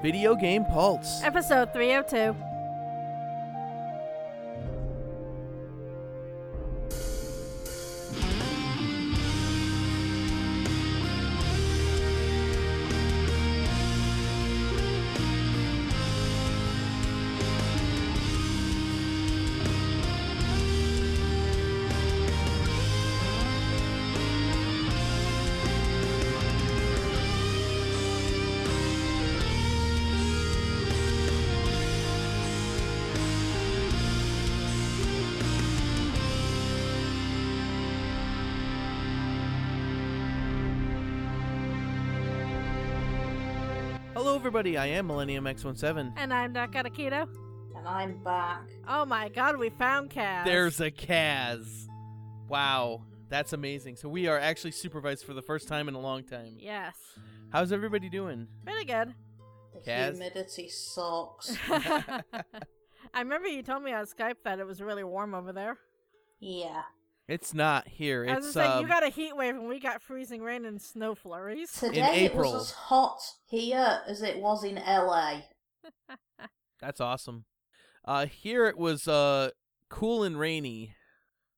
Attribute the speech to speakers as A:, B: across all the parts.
A: Video Game Pulse.
B: Episode 302.
A: Hello, everybody. I am Millennium X17.
B: And I'm Nakatakito.
C: And I'm back.
B: Oh my god, we found Kaz.
A: There's a Kaz. Wow, that's amazing. So we are actually supervised for the first time in a long time.
B: Yes.
A: How's everybody doing?
B: Pretty good.
C: The
A: Kaz?
C: humidity sucks.
B: I remember you told me on Skype that it was really warm over there.
C: yeah.
A: It's not here.
B: I was
A: it's
B: just like,
A: um,
B: you got a heat wave and we got freezing rain and snow flurries.
C: Today it
A: April.
C: was as hot here as it was in LA.
A: that's awesome. Uh, here it was uh cool and rainy.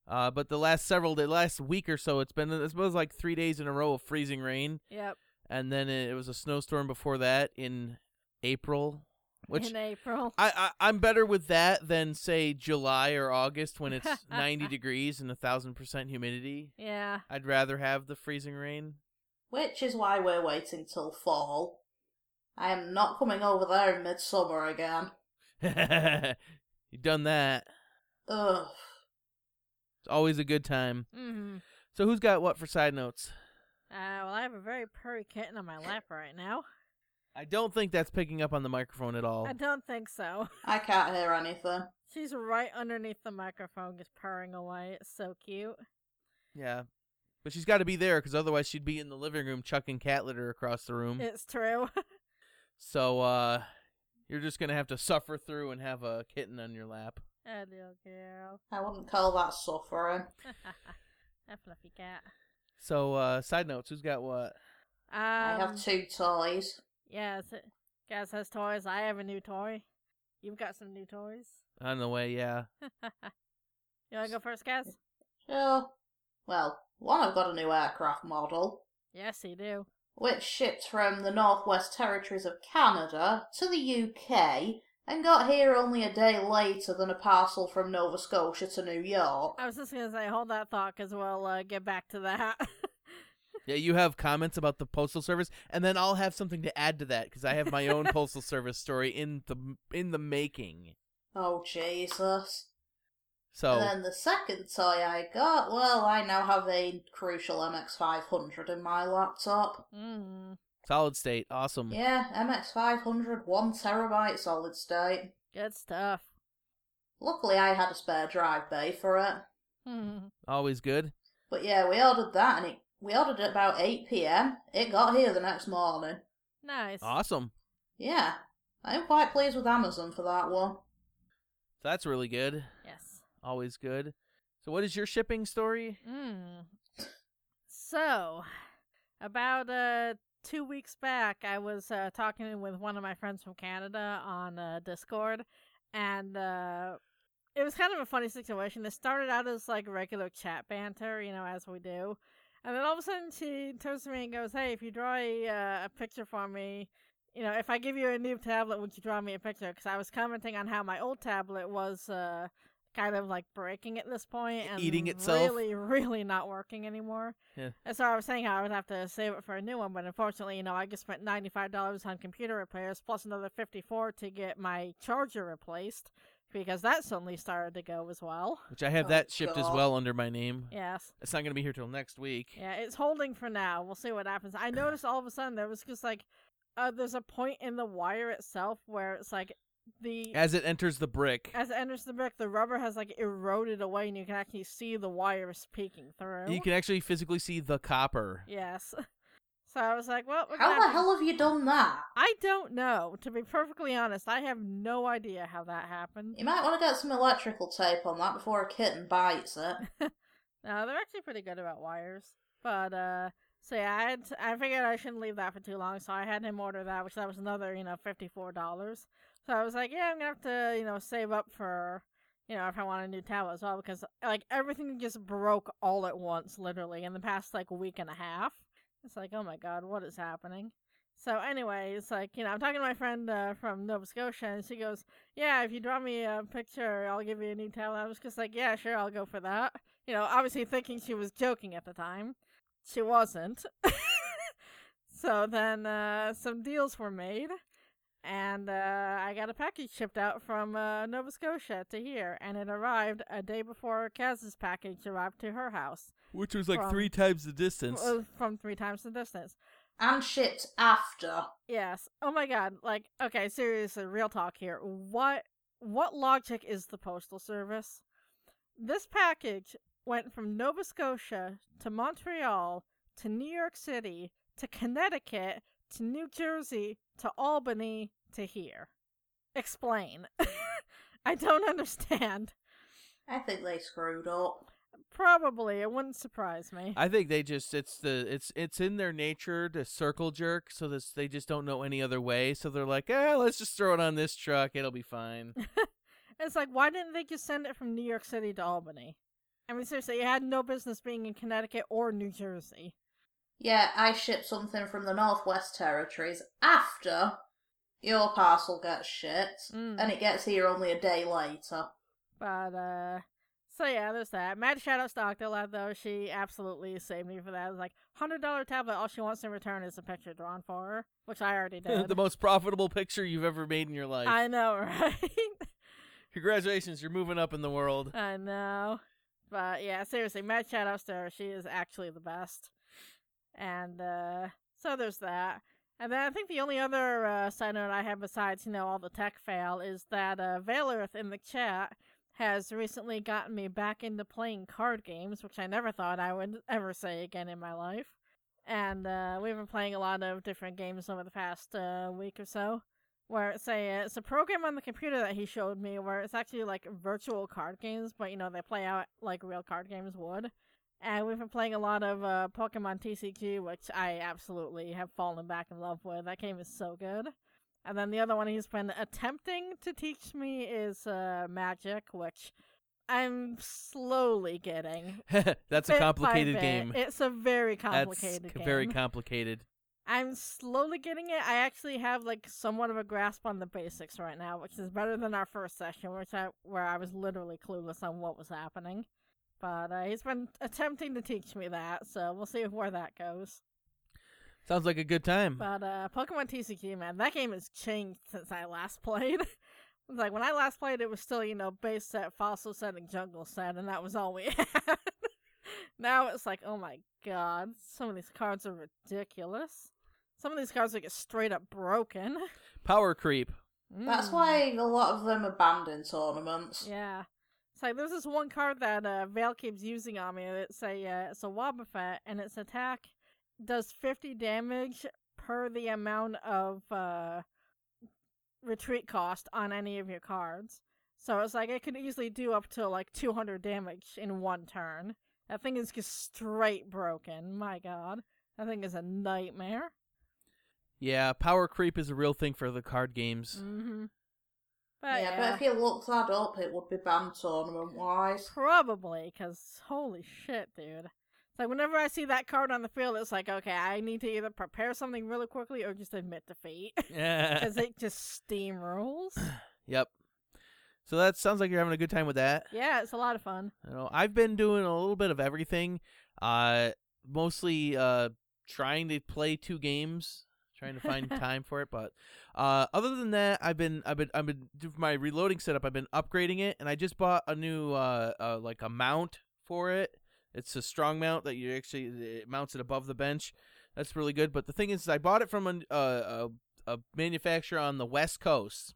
A: Uh, but the last several, the last week or so, it's been I suppose like three days in a row of freezing rain,
B: Yep.
A: and then it, it was a snowstorm before that in April, which
B: in April.
A: I, I I'm better with that than say July or August when it's 90 degrees and a thousand percent humidity.
B: yeah.
A: I'd rather have the freezing rain.
C: Which is why we're waiting till fall. I am not coming over there in midsummer again.
A: You've done that.
C: Ugh.
A: It's always a good time.
B: Mm-hmm.
A: So who's got what for side notes?
B: Uh, well, I have a very purry kitten on my lap right now.
A: I don't think that's picking up on the microphone at all.
B: I don't think so.
C: I can't hear anything.
B: She's right underneath the microphone, just purring away. It's so cute.
A: Yeah. But she's got to be there because otherwise she'd be in the living room chucking cat litter across the room.
B: It's true.
A: So uh you're just going to have to suffer through and have a kitten on your lap.
B: a little girl.
C: I wouldn't call that suffering.
B: a fluffy cat.
A: So uh side notes, who's got what?
B: Um,
C: I have two toys.
B: Yes. it- Guys has toys. I have a new toy. You've got some new toys.
A: On the way, yeah.
B: You want to go first, Gaz?
C: Sure. Well, one, I've got a new aircraft model,
B: Yes, you do.
C: which shipped from the Northwest Territories of Canada to the UK and got here only a day later than a parcel from Nova Scotia to New York.
B: I was just going to say, hold that thought because we'll uh, get back to that.
A: Yeah, you have comments about the postal service, and then I'll have something to add to that because I have my own postal service story in the in the making.
C: Oh, Jesus. And
A: So
C: then the second toy I got, well, I now have a Crucial MX500 in my laptop.
B: mm,
A: solid state, awesome.
C: Yeah, MX500, one terabyte solid state.
B: good stuff.
C: Luckily, I had a spare drive bay for it.
B: Hmm.
A: Always good.
C: But yeah, we ordered that, and it we ordered it about eight p.m. It got here the next morning.
B: nice.
A: Awesome.
C: Yeah, I'm quite pleased with Amazon for that one.
A: So that's really good.
B: Yes.
A: Always good. So what is your shipping story?
B: Mm. So, about uh, two weeks back, I was uh, talking with one of my friends from Canada on uh, Discord, and uh, it was kind of a funny situation. It started out as like regular chat banter, you know, as we do. And then all of a sudden, she turns to me and goes, Hey, if you draw a, uh, a picture for me, you know, if I give you a new tablet, would you draw me a picture? Because I was commenting on how my old tablet was uh, kind of like breaking at this point and
A: E-, Eating itself.
B: really, really not working anymore.
A: Yeah.
B: And so I was saying how I would have to save it for a new one, but unfortunately, you know, I just spent ninety five dollars on computer repairs plus another fifty four to get my charger replaced because that suddenly started to go as well.
A: Which I have
C: Oh,
A: that shipped as
C: God.
A: well under my name.
B: Yes.
A: It's not going to be here till next week.
B: Yeah, it's holding for now. We'll see what happens. I noticed all of a sudden there was just like, uh, there's a point in the wire itself where it's like the
A: As it enters the brick,
B: as it enters the brick, the rubber has like eroded away, and you can actually see the wires peeking through.
A: you can actually physically see the copper.
B: Yes. So I was like, well, we're gonna
C: How
B: have
C: the
B: to-
C: hell have you done that?
B: I don't know. To be perfectly honest, I have no idea how that happened.
C: You might want to get some electrical tape on that before a kitten bites it.
B: No, they're actually pretty good about wires. But uh So yeah, I had t- I figured I shouldn't leave that for too long, so I had him order that, which that was another you know fifty four dollars. So I was like, yeah, I'm gonna have to you know save up for you know if I want a new tablet as well because like everything just broke all at once, literally in the past like week and a half. It's like, oh my god, what is happening? So anyway, it's like you know I'm talking to my friend uh, from Nova Scotia, and she goes, yeah, if you draw me a picture, I'll give you a new tablet. I was just like, yeah, sure, I'll go for that. You know, obviously thinking she was joking at the time she wasn't. so then uh, some deals were made, and uh, I got a package shipped out from uh, Nova Scotia to here, and it arrived a day before Kaz's package arrived to her house,
A: Which was like
B: From-
A: three times the distance.
B: uh, from three times the distance.
C: And shipped after.
B: Yes. Oh my God. Like, okay, seriously, real talk here. What what logic is the postal service? This package went from Nova Scotia to Montreal to New York City to Connecticut to New Jersey to Albany to here. Explain. I don't understand.
C: I think they screwed up.
B: Probably, it wouldn't surprise me.
A: I think they just it's the it's it's in their nature to circle jerk, so this they just don't know any other way. So they're like, eh, let's just throw it on this truck, it'll be fine.
B: It's like, why didn't they just send it from New York City to Albany? I mean, seriously, it had no business being in Connecticut or New Jersey.
C: Yeah, I shipped something from the Northwest Territories after your parcel gets shipped,
B: Mm.
C: and it gets here only a day later.
B: But, uh, so yeah, there's that. Mad Shadow Stockdale, though, she absolutely saved me for that. It was like, $100 tablet, all she wants in return is a picture drawn for her, which I already did.
A: the most profitable picture you've ever made in your life.
B: I know, right?
A: Congratulations, you're moving up in the world.
B: I know. But yeah, seriously, Mad Shadow Star, she is actually the best. And uh so there's that. And then I think the only other uh, side note I have besides, you know, all the tech fail is that uh Valorth in the chat has recently gotten me back into playing card games, which I never thought I would ever say again in my life. And uh, we've been playing a lot of different games over the past uh, week or so where it's a it's a program on the computer that he showed me where it's actually like virtual card games, but you know they play out like real card games would. And we've been playing a lot of uh, Pokemon TCG, which I absolutely have fallen back in love with. That game is so good. And then the other one he's been attempting to teach me is uh, Magic, which I'm slowly getting.
A: That's a
B: Bit by
A: complicated
B: bit.
A: game.
B: It's a very
A: That's
B: complicated
A: c-
B: game.
A: very complicated.
B: I'm slowly getting it. I actually have like somewhat of a grasp on the basics right now, which is better than our first session, which I where I was literally clueless on what was happening. But uh, he's been attempting to teach me that, so we'll see where that goes.
A: Sounds like a good time.
B: But uh, Pokemon TCG, man, that game has changed since I last played. like when I last played, it was still you know base set, fossil set, and jungle set, and that was all we had. now it's like, oh my god, some of these cards are ridiculous. Some of these cards are just straight up broken.
A: Power creep.
C: That's
B: Mm.
C: why a lot of them abandon tournaments.
B: Yeah. It's like there's this one card that uh, Vale keeps using on me. It's a uh, it's a Wobbuffet, and its attack does 50 damage per the amount of uh, retreat cost on any of your cards. So it's like it could easily do up to like 200 damage in one turn. That thing is just straight broken. My God, that thing is a nightmare.
A: Yeah, power creep is a real thing for the card games.
B: Mm-hmm.
C: Yeah,
B: But yeah,
C: but if you looked that up, it would be banned tournament wise.
B: Probably, because holy shit, dude. It's like whenever I see that card on the field, it's like, okay, I need to either prepare something really quickly or just admit defeat.
A: Yeah.
B: Because Mm. it just steamrolls.
A: yep. So that sounds like you're having a good time with that.
B: yeah, it's a lot of fun.
A: You know, I've been doing a little bit of everything. Uh, mostly uh, trying to play two games, trying to find time for it. But uh, other than that, I've been I've been I've been do- for my reloading setup. I've been upgrading it, and I just bought a new uh, uh like a mount for it. It's a strong mount that you actually it mounts it above the bench. That's really good. But the thing is, I bought it from a a, a, a manufacturer on the West Coast,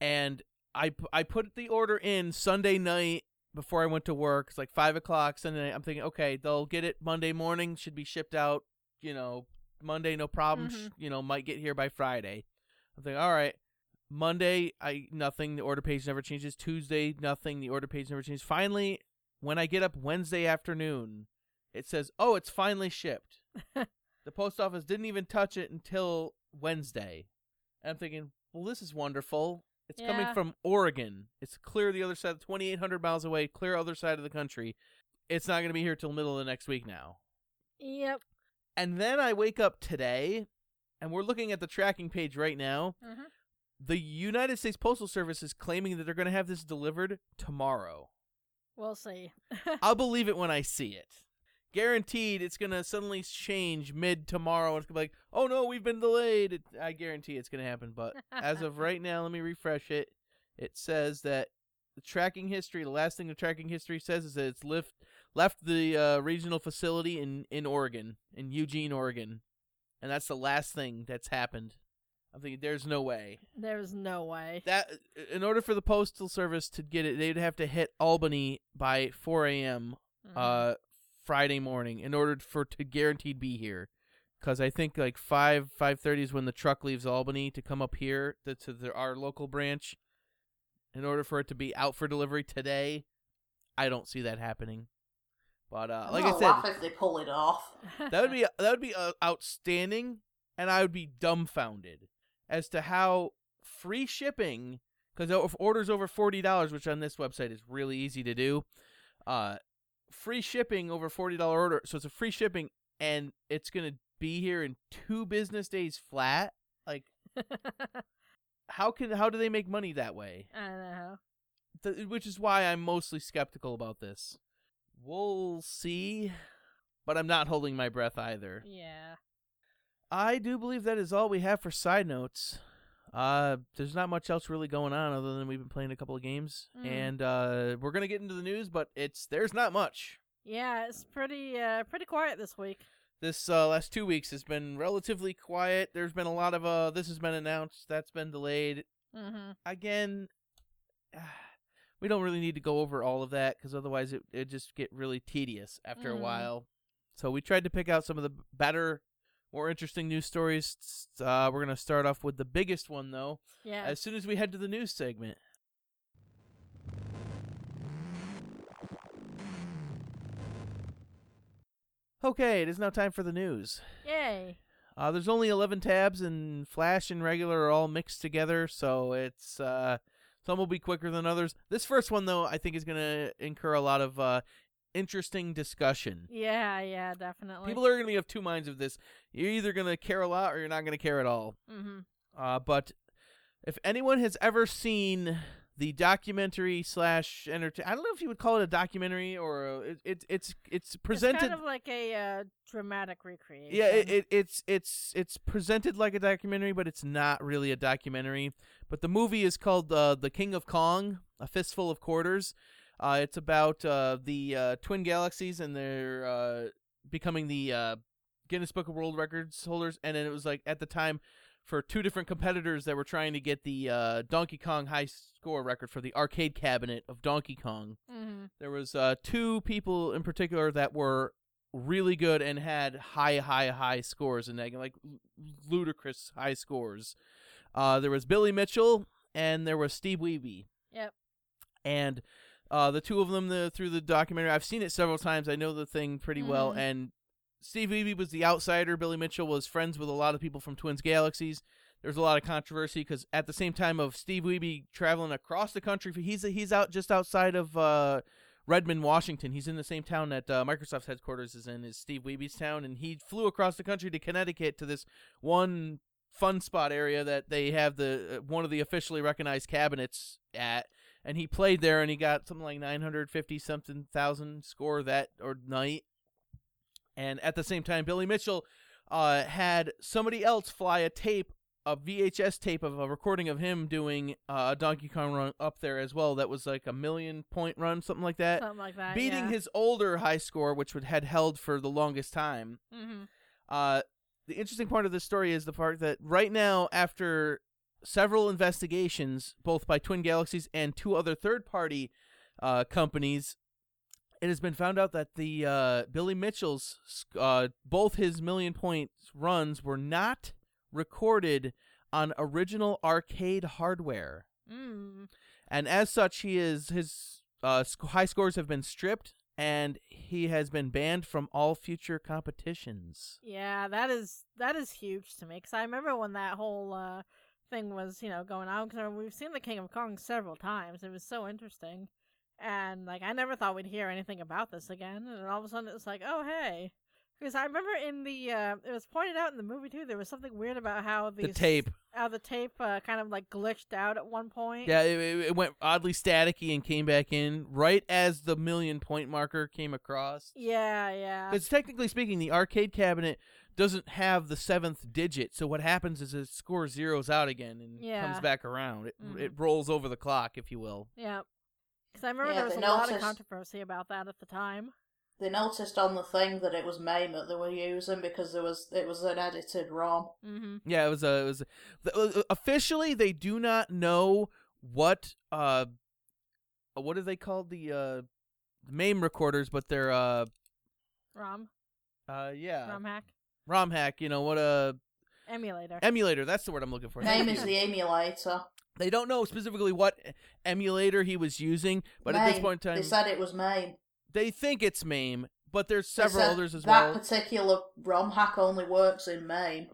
A: and I p- I put the order in Sunday night before I went to work. It's like five o'clock Sunday. night. I'm thinking, okay, they'll get it Monday morning. Should be shipped out, you know, Monday, no problem. sh
B: Mhm.
A: You know, might get here by Friday. I'm thinking, all right. Monday, I nothing. The order page never changes. Tuesday, nothing. The order page never changes. Finally, when I get up Wednesday afternoon, It says, "Oh, it's finally shipped." the post office didn't even touch it until Wednesday. And I'm thinking, "Well, this is wonderful. It's coming
B: Yeah.
A: from Oregon. It's clear the other side, 2,800 miles away, clear other side of the country. It's not going to be here till middle of the next week now."
B: Yep.
A: And then I wake up today, and we're looking at the tracking page right now.
B: hmm
A: The United States Postal Service is claiming that they're going to have this delivered tomorrow.
B: We'll see.
A: I'll believe it when I see it. Guaranteed, it's gonna suddenly change mid tomorrow. It's gonna be like, oh no, we've been delayed. It, I guarantee it's gonna happen. But as of right now, let me refresh it. It says that the tracking history. The last thing the tracking history says is that it's left left the uh, regional facility in in Oregon, in Eugene, Oregon, and that's the last thing that's happened. I'm thinking, there's no way
B: There's no way.
A: that in order for the postal service to get it, they'd have to hit Albany by 4 a.m
B: Mhm.
A: uh Friday morning in order for to guaranteed be here. Cause I think like five five thirty is when the truck leaves Albany to come up here to, to the, our local branch. In order for it to be out for delivery today, I don't see that happening. But uh,
C: I'm
A: like
C: gonna
A: I
C: laugh
A: said,
C: if they pull it off.
B: Mm-hmm.
A: that would be that would be uh, outstanding, and I would be dumbfounded as to how free shipping. Because if orders over forty dollars, which on this website is really easy to do, uh, free shipping over forty dollar order. So it's a free shipping, and it's gonna be here in two business days flat. Like how can how do they make money that way?
B: I know.
A: Th- which is why I'm mostly skeptical about this. We'll see, but I'm not holding my breath either.
B: Yeah.
A: I do believe that is all we have for side notes. Uh, there's not much else really going on other than we've been playing a couple of games,
B: Mm.
A: and uh, we're gonna get into the news, but it's there's not much.
B: Yeah, it's pretty uh pretty quiet this week.
A: This uh, last two weeks has been relatively quiet. There's been a lot of uh, this has been announced, that's been delayed.
B: Mhm.
A: Again, we don't really need to go over all of that because otherwise it it just get really tedious after a
B: Mm.
A: while. So we tried to pick out some of the b- better, more interesting news stories. S- Uh, we're gonna start off with the biggest one though.
B: Yeah.
A: as soon as we head to the news segment. Okay, it is now time for the news.
B: Yay.
A: Uh, there's only 11 tabs, and Flash and regular are all mixed together, so it's uh, some will be quicker than others. This first one, though, I think is going to incur a lot of uh, interesting discussion.
B: Yeah, yeah, definitely.
A: People are going to have two minds of this. You're either going to care a lot or you're not going to care at all.
B: Mhm.
A: Uh, but if anyone has ever seen the documentary slash entertain, I don't know if you would call it a documentary or a, it, it, it's it's presented.
B: It's kind of like a uh, dramatic recreation.
A: yeah, it, it, it's it's it's presented like a documentary, but it's not really a documentary. But the movie is called uh, "The King of Kong: A Fistful of Quarters." Uh, it's about uh, the uh, twin galaxies and their uh, becoming the uh, Guinness Book of World Records holders, and then it was like at the time for two different competitors that were trying to get the uh, Donkey Kong high score record for the arcade cabinet of Donkey Kong.
B: Mhm.
A: There was uh, two people in particular that were really good and had high, high, high scores, and they like l- ludicrous high scores. Uh, there was Billy Mitchell and there was Steve Weeby.
B: Yep.
A: And uh, the two of them the, through the documentary, I've seen it several times. I know the thing pretty well.
B: Mhm.
A: And Steve Weeby was the outsider. Billy Mitchell was friends with a lot of people from Twins Galaxies. There's a lot of controversy because at the same time of Steve Weeby traveling across the country, he's he's out just outside of uh, Redmond, Washington. He's in the same town that uh, Microsoft's headquarters is in, is Steve Weeby's town, and he flew across the country to Connecticut to this one fun spot area that they have the uh, one of the officially recognized cabinets at, and he played there, and he got something like nine hundred fifty something thousand score that or night, and at the same time, Billy Mitchell uh, had somebody else fly a tape. A VHS tape of a recording of him doing uh, a Donkey Kong run up there as well. That was like a million point run, something like that
B: Something like that.
A: Uh, beating
B: yeah.
A: his older high score, which would had held for the longest time.
B: Mhm.
A: Uh, the interesting part of this story is the part that right now, after several investigations, both by Twin Galaxies and two other third-party uh, companies, it has been found out that the uh, Billy Mitchell's sc- uh, both his million point runs were not recorded on original arcade hardware
B: Mm.
A: and as such, he is his uh, sc- high scores have been stripped and he has been banned from all future competitions.
B: Yeah, that is that is huge to me because I remember when that whole uh, thing was you know going on because we've seen the King of Kong several times. It was so interesting, and like I never thought we'd hear anything about this again. And then all of a sudden it's like, oh hey, because I remember in the uh, it was pointed out in the movie too. There was something weird about how
A: The
B: these,
A: tape,
B: how the tape uh, kind of like glitched out at one point.
A: yeah, it, it- it went oddly staticky and came back in right as the million point marker came across.
B: Yeah, yeah.
A: Because technically speaking, the arcade cabinet doesn't have the seventh digit. So what happens is it score zeroes out again and
B: Yeah.
A: comes back around. It,
B: Mhm.
A: it rolls over the clock, if you will.
B: Yeah. Because I remember
C: Yeah,
B: there was a
C: they
B: lot of
C: noticed-
B: controversy about that at the time.
C: They noticed on the thing that it was MAME that they were using because there was it was an edited ROM.
B: Mm-hmm.
A: Yeah, it was a. It was the- uh, officially they do not know what uh, what are they called the uh, MAME recorders, but they're uh,
B: ROM,
A: uh yeah,
B: ROM hack,
A: ROM hack. You know what a
B: emulator.
A: emulator. That's the word I'm looking for. Thank
C: MAME is
A: you.
C: the emulator.
A: They don't know specifically what emulator he was using, but at this
C: MAME,
A: point in time,
C: they said it was MAME.
A: they think it's MAME, but there's
C: They
A: several
C: said
A: others as
C: that
A: well.
C: particular ROM hack only works in MAME.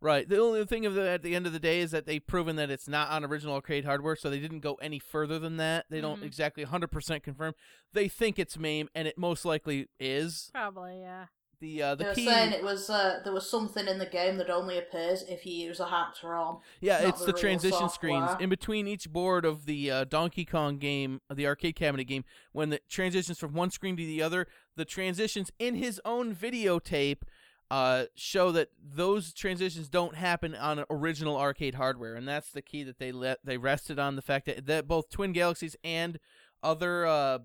A: right. The only thing of the, at the end of the day is that they've proven that it's not on original arcade hardware, so they didn't go any further than that. They
C: Mm-hmm.
A: don't
B: Mhm.
A: exactly 100% confirm. They think it's MAME, and it most likely is.
B: Probably, yeah.
A: The uh,
C: they
A: the
C: were
A: key,
C: saying it was uh, there was something in the game that only appears if you use a hacked ROM.
A: yeah,
C: not
A: it's
C: the
A: the
C: real
A: transition screens
C: software.
A: in between each board of the uh, Donkey Kong game, the arcade cabinet game. When the transitions from one screen to the other, the transitions in his own videotape uh, show that those transitions don't happen on original arcade hardware, and that's the key that they let they rested on the fact that, that both Twin Galaxies and other uh,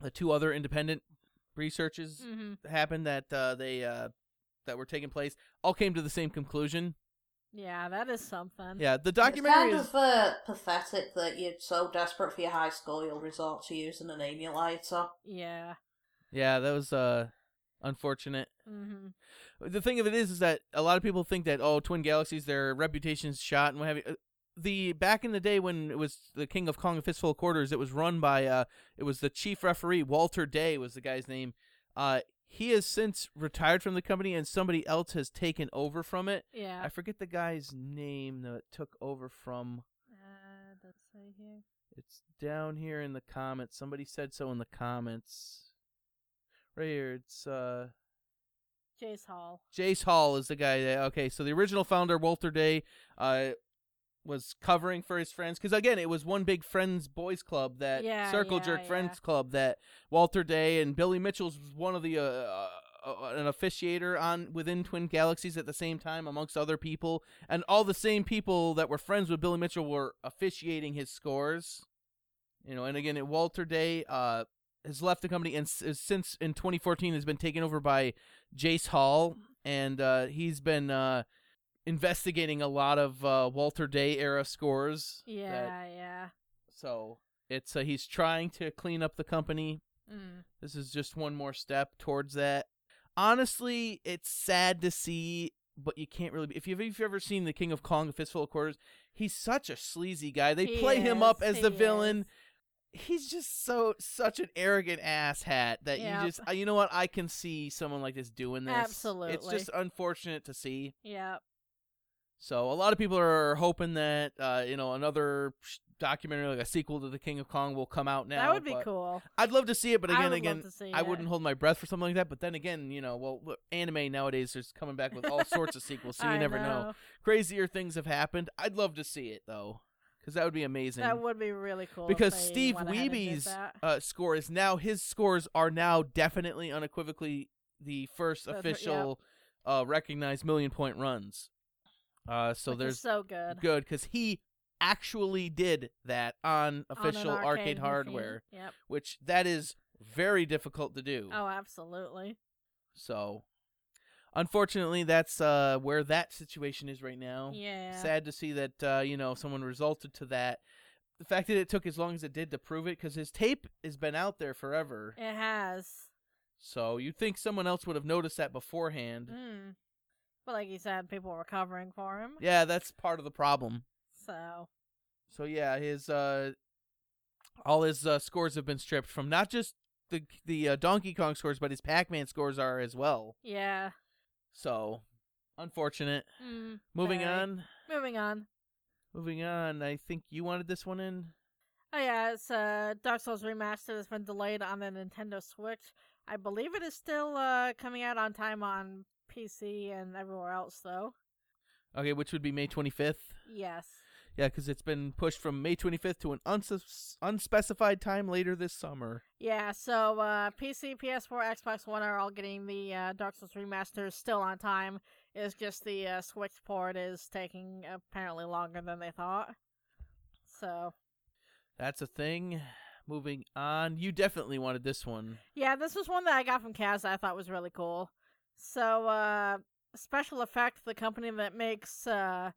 A: the two other independent researches
B: Mm-hmm.
C: Hmm.
A: happened that uh, they uh, that were taking place all came to the same conclusion.
B: Yeah, that is something.
A: Yeah, the
C: it's kind
A: documentary is
C: of uh, pathetic that you're so desperate for your high score you'll resort to using an emulator.
B: Yeah.
A: yeah, that was uh unfortunate.
B: Mm-hmm.
A: The thing of it is, is that a lot of people think that oh, Twin Galaxies, their reputation's shot and what have you. Uh, The back in the day when it was the King of Kong and Fistful of Quarters, it was run by uh, it was the chief referee Walter Day was the guy's name. Uh, he has since retired from the company and somebody else has taken over from it.
B: Yeah.
A: I forget the guy's name that took over from.
B: Uh, does it say here?
A: It's down here in the comments. Somebody said so in the comments. Right here, it's uh.
B: Jace Hall.
A: Jace Hall is the guy that okay, so the original founder Walter Day uh was covering for his friends cuz again it was one big friends boys club that
B: Yeah,
A: circle
B: yeah,
A: jerk
B: yeah.
A: friends club that Walter Day and Billy Mitchell's was one of the uh, uh, uh, an officiator on within Twin Galaxies at the same time amongst other people and all the same people that were friends with Billy Mitchell were officiating his scores. You know, and again it- Walter Day uh has left the company and s- is since in 2014 has been taken over by Jace Hall, and uh, he's been uh, investigating a lot of uh, Walter Day era scores. that-
B: Yeah, yeah.
A: so it's uh, he's trying to clean up the company.
B: Mm.
A: This is just one more step towards that. Honestly, it's sad to see, but you can't really. If you've, if you've ever seen the King of Kong, A Fistful of Quarters, he's such a sleazy guy. They
B: He
A: play him up
B: is,
A: as the
B: he
A: villain
B: is.
A: he's just so such an arrogant ass hat that
B: Yep.
A: you just uh, you know what I can see someone like this doing this. it's
B: Absolutely.
A: just unfortunate to see.
B: Yeah.
A: So a lot of people are hoping that uh, you know another sh- documentary like a sequel to the King of Kong will come out now.
B: that would be
A: but-
B: cool.
A: I'd love to see it, but
B: I
A: again,
B: would
A: again,
B: love to see
A: I
B: it.
A: wouldn't hold my breath for something like that. But then again, you know, well, look, anime nowadays is coming back with all sorts of sequels, so you
B: I
A: never know.
B: know.
A: Crazier things have happened. I'd love to see it though, because that would be amazing
B: That would be really cool. if
A: because
B: they
A: Steve
B: went ahead and did
A: Weeby's
B: that.
A: uh, score is now his scores are now definitely unequivocally the first
B: That's right, yeah.
A: official uh, recognized million point runs. Uh, so
B: which is
A: there's
B: so good.
A: good because he actually did that on
B: On an
A: official arcade,
B: arcade machine.
A: hardware,
B: Yep.
A: which that is very difficult to do.
B: Oh, absolutely.
A: So unfortunately, that's uh, where that situation is right now
B: Yeah.
A: Oh, sad to see that uh, you know someone resulted to that. The fact that it took as long as it did to prove it, because his tape has been out there forever.
B: It has.
A: So you'd think someone else would have noticed that beforehand.
B: Mm. But like you said, people were covering for him.
A: Yeah, that's part of the problem.
B: So
A: So yeah, his uh, all his uh, scores have been stripped from not just the the uh, Donkey Kong scores, but his Pac Man scores are as well.
B: Yeah.
A: So unfortunate.
B: Mm,
A: Moving
B: very.
A: on.
B: Moving on.
A: Moving on. I think you wanted this one in.
B: Oh yeah, it's uh, Dark Souls Remastered has been delayed on the Nintendo Switch. I believe it is still uh, coming out on time on PC and everywhere else though.
A: Okay, which would be May twenty fifth.
B: Yes.
A: Yeah, because it's been pushed from May 25th to an unsus- unspecified time later this summer.
B: Yeah, so uh, PC, PS4, Xbox One are all getting the uh, Dark Souls Remaster still on time. It's just the uh, Switch port is taking apparently longer than they thought. So,
A: That's a thing. Moving on. You definitely wanted this one.
B: yeah, this was one that I got from Kaz that I thought was really cool. So, uh, Special Effect, the company that makes uh,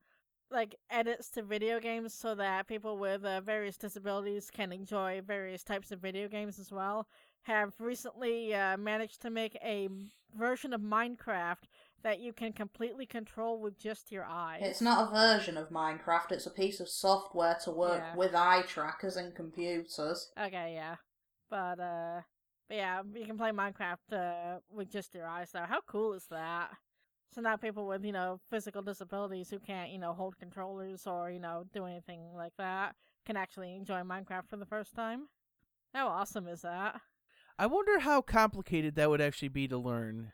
B: like edits to video games so that people with uh, various disabilities can enjoy various types of video games as well, have recently uh, managed to make a m- version of Minecraft that you can completely control with just your eyes.
C: It's not a version of Minecraft, it's a piece of software to work
B: Yeah.
C: with eye trackers and computers.
B: Okay, yeah, but uh, but yeah, you can play Minecraft uh, with just your eyes now. How cool is that? So now people with you know physical disabilities who can't you know hold controllers or you know do anything like that can actually enjoy Minecraft for the first time. How awesome is that?
A: I wonder how complicated that would actually be to learn.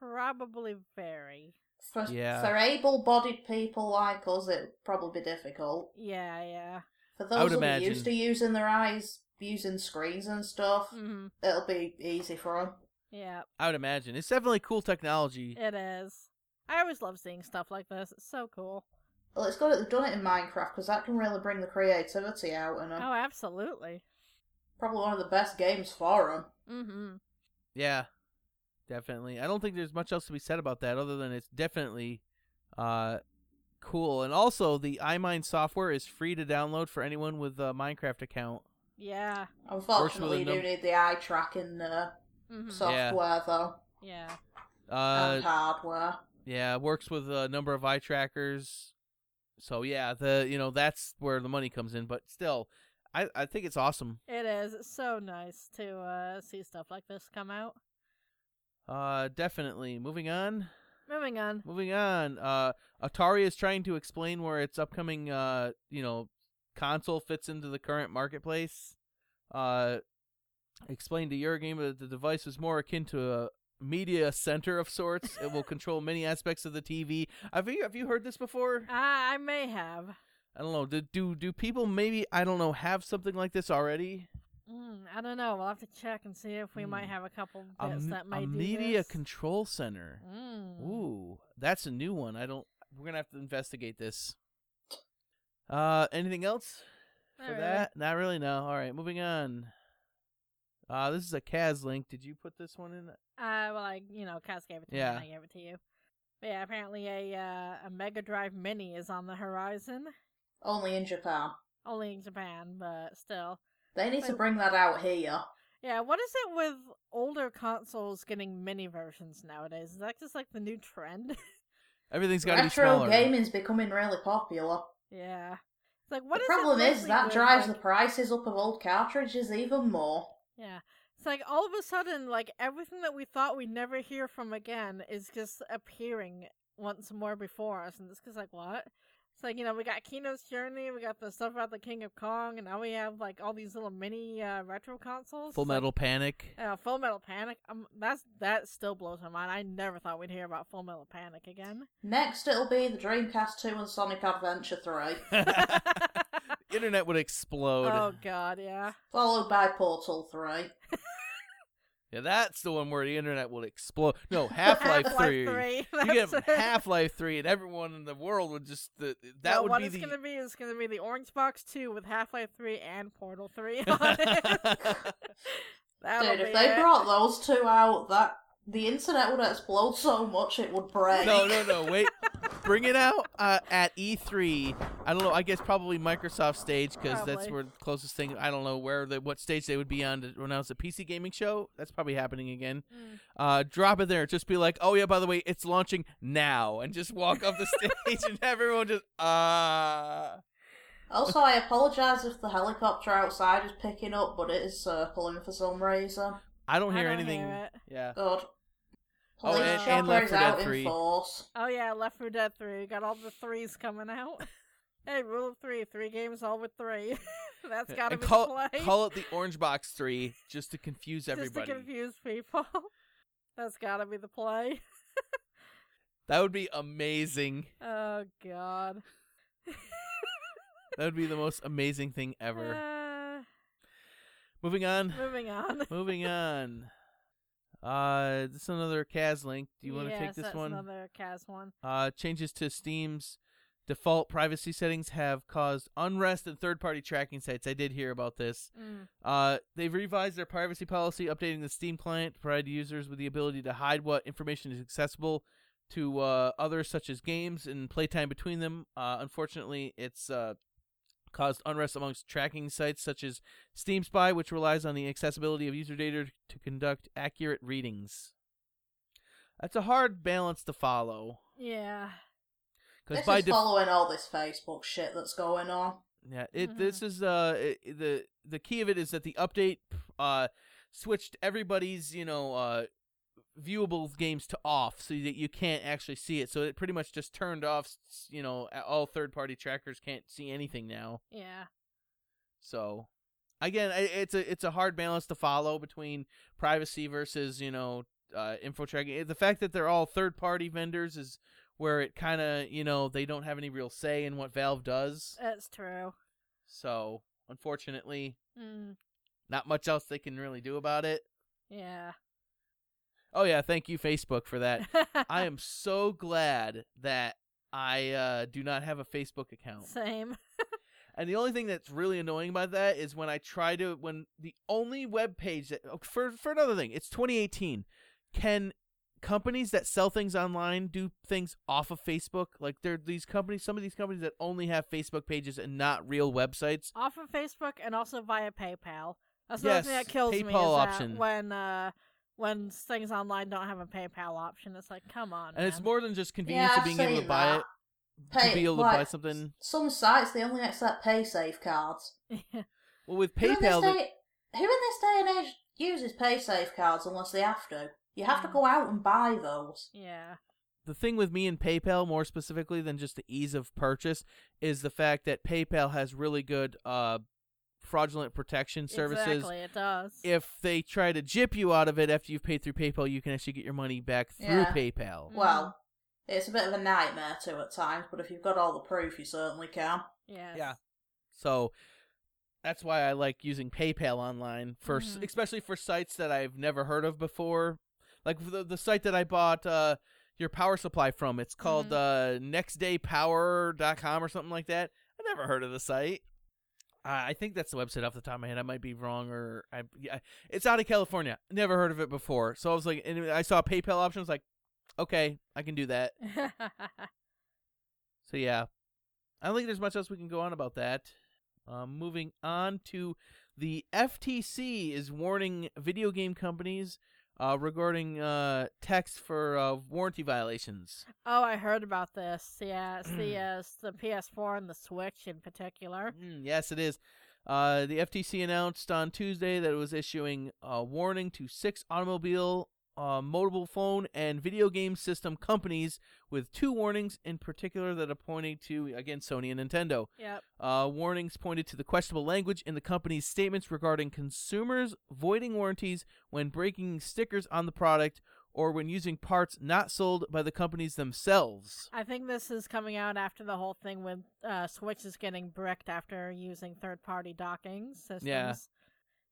B: Probably very.
C: For,
A: Yeah.
C: for able bodied people like us, it'd probably be difficult.
B: Yeah, yeah.
C: For
A: I would
C: those that are used
A: imagine.
C: to using their eyes, using screens and stuff,
B: hmm
C: it'll be easy for them.
B: Yeah,
A: I would imagine. It's definitely cool technology.
B: it is. I always love seeing stuff like this. It's so cool.
C: Well, it's good that they've done it in Minecraft because that can really bring the creativity out and uh,
B: Oh, absolutely.
C: probably one of the best games for them.
B: Mm-hmm.
A: Yeah, definitely. I don't think there's much else to be said about that other than it's definitely uh, cool. And also, the iMine software is free to download for anyone with a Minecraft account.
B: Yeah.
C: Unfortunately, you do
A: num-
C: need the eye tracking uh,
B: hmm
C: software though
B: Yeah.
A: Uh,
C: and hardware.
A: Yeah, it works with a number of eye trackers. So yeah, the you know that's where the money comes in. But still, I I think it's awesome.
B: It is. It's so nice to uh, see stuff like this come out.
A: Uh, definitely. Moving on.
B: Moving on.
A: Moving on. Uh, Atari is trying to explain where its upcoming uh you know console fits into the current marketplace. Uh, explained to Eurogamer that the device was more akin to a media center of sorts. it will control many aspects of the TV. Have you have you heard this before?
B: I, I may have.
A: I don't know. Do, do do people maybe I don't know have something like this already?
B: Mm, I don't know. We'll have to check and see if we might
A: Mm.
B: have a couple
A: A,
B: bits
A: m-
B: that
A: a
B: may do
A: media
B: this.
A: control center.
B: Mm.
A: Ooh, that's a new one. I don't. We're gonna have to investigate this. Uh, anything else
B: Not
A: for
B: really.
A: that? Not really. No. All right, moving on. Uh, this is a Kaz link. Did you put this one in?
B: Uh, well, I you know, Kaz gave it to
A: Yeah.
B: me. And I gave it to you. But yeah, apparently a uh, a Mega Drive Mini is on the horizon.
C: Only in Japan.
B: Only in Japan, but still.
C: They need to
B: Wait.
C: bring that out here.
B: Yeah, what is it with older consoles getting mini versions nowadays? Is that just like the new trend?
A: Everything's got to be
C: Retro
A: smaller.
C: gaming's becoming really popular.
B: yeah. It's like what
C: the
B: is it
C: problem is
B: mostly
C: that
B: with,
C: drives
B: like-
C: the prices up of old cartridges even more.
B: Yeah. It's like all of a sudden, like everything that we thought we'd never hear from again is just appearing once more before us, and it's just like what? It's like you know we got Kino's Journey, we got the stuff about the King of Kong, and now we have like all these little mini uh, retro consoles.
A: Full
B: It's like,
A: Metal Panic.
B: uh, Full Metal Panic. Um, that's that still blows my mind. I never thought we'd hear about Full Metal Panic again.
C: Next, it'll be the Dreamcast 2 and Sonic Adventure 3,
A: Internet would explode.
B: oh God, yeah.
C: followed by Portal 3.
A: Yeah, that's the one where the internet will explode. No, Half Life
B: Half-Life Three.
A: you get
B: That's it.
A: Half Life Three, and everyone in the world would just the, that
B: No,
A: would
B: what
A: be
B: it's
A: the
B: gonna be is gonna be the Orange Box Two with Half Life Three and Portal Three on it. That'll
C: Dude,
B: be
C: if they
B: it.
C: brought those two out, that the internet would explode so much it would break.
A: no, no, no. Wait, bring it out uh, at E3. I don't know. I guess probably Microsoft stage because that's
B: Probably.
A: where the closest thing. I don't know where they, what stage they would be on to announce a PC gaming show. That's probably happening again.
B: Mm.
A: Uh, drop it there. Just be like, oh yeah, by the way, it's launching now, and just walk up the stage, and everyone just ah.
C: Also, I apologise if the helicopter outside is picking up, but it is circling for some reason.
A: I don't hear
B: I don't
A: anything.
B: Hear it.
A: Yeah.
C: Good.
A: Oh,
C: Police
B: and-
C: chopper
B: and
A: Left
C: is
A: 4 Dead
C: out in
A: 3.
C: force.
B: Oh yeah, Left 4 Dead 3. Got all the threes coming out. hey, rule of three. Three games all with three. That's gotta
A: and
B: be
A: call,
B: the play.
A: call it the Orange Box 3 just to confuse
B: Just
A: everybody.
B: to confuse people. That's gotta be the play.
A: that would be amazing.
B: Oh god.
A: That would be the most amazing thing ever.
B: Uh,
A: Moving on.
B: moving on.
A: Moving on. Uh, this is another Kaz link. Do you want to
B: yes,
A: take this
B: that's
A: one?
B: Another Kaz one.
A: Uh, changes to Steam's default privacy settings have caused unrest in third-party tracking sites. I did hear about this.
B: Mm.
A: Uh, they've revised their privacy policy, updating the Steam client to provide users with the ability to hide what information is accessible to uh, others, such as games and playtime between them. Uh, unfortunately, it's uh, caused unrest amongst tracking sites such as Steam Spy, which relies on the accessibility of user data to conduct accurate readings. That's a hard balance to follow.
B: Yeah.
A: Because
C: This
A: by
C: is
A: def-
C: following all this Facebook shit that's going on.
A: Yeah, it
B: Mhm.
A: this is uh it- the the key of it is that the update uh switched everybody's, you know, uh viewable games to off so that you can't actually see it. So it pretty much just turned off, s- you know, a- all third-party trackers can't see anything now.
B: Yeah.
A: So again, I- it's a it's a hard balance to follow between privacy versus, you know, uh info tracking. The fact that they're all third-party vendors is where it kind of, you know, they don't have any real say in what Valve does.
B: That's true.
A: So, unfortunately,
B: Mm.
A: not much else they can really do about it.
B: Yeah.
A: Oh yeah, thank you Facebook for that. I am so glad that I uh, do not have a Facebook account.
B: Same.
A: And the only thing that's really annoying about that is when I try to when the only web page that oh, for for another thing, it's 2018. Can companies that sell things online do things off of Facebook? Like there are these companies, some of these companies that only have Facebook pages and not real websites.
B: Off of Facebook and also via PayPal. That's another thing
A: Yes,
B: that kills me is
A: PayPal
B: that
A: option.
B: when uh when things online don't have a PayPal option. It's like, come on.
A: And it's
B: man.
A: more than just convenience
C: Yeah,
A: of
C: I've
A: being able to
C: seen
A: buy
C: that.
A: it.
C: Pay,
A: to be able to
C: like,
A: buy something.
C: Some sites they only accept PaySafe cards.
A: Well, with
C: Who in, this
A: PayPal, they,
C: day, who in this day and age uses PaySafe cards unless they have to? You have to go out and buy those.
B: yeah.
A: the thing with me and PayPal, more specifically than just the ease of purchase, is the fact that PayPal has really good uh, fraudulent protection services.
B: Exactly, it does.
A: If they try to jip you out of it after you've paid through PayPal, you can actually get your money back through
C: Yeah.
A: PayPal.
C: Well, it's a bit of a nightmare too at times, but if you've got all the proof, you certainly can.
B: Yes.
A: Yeah. So that's why I like using PayPal online for s
B: Mhm.
A: especially for sites that I've never heard of before. Like the the site that I bought uh your power supply from. It's called uh nextdaypower.com or something like that. I never heard of the site. Uh, I think that's the website off the top of my head. I might be wrong, or I, yeah, it's out of California. Never heard of it before. So I was like, and I saw a PayPal option. I was like, okay, I can do that. So yeah, I don't think there's much else we can go on about that. Um, moving on to the FTC is warning video game companies uh, regarding uh, tax for uh, warranty violations.
B: oh, I heard about this. Yeah, it's the uh, it's the PS4 and the Switch in particular.
A: Mm, yes, it is. Uh, the FTC announced on Tuesday that it was issuing a warning to six automobile, uh, mobile phone, and video game system companies with two warnings in particular that are pointing to again Sony and Nintendo.
B: Yep.
A: Uh, warnings pointed to the questionable language in the company's statements regarding consumers voiding warranties when breaking stickers on the product or when using parts not sold by the companies themselves.
B: I think this is coming out after the whole thing with uh, Switch is getting bricked after using third party docking systems.
A: Yeah.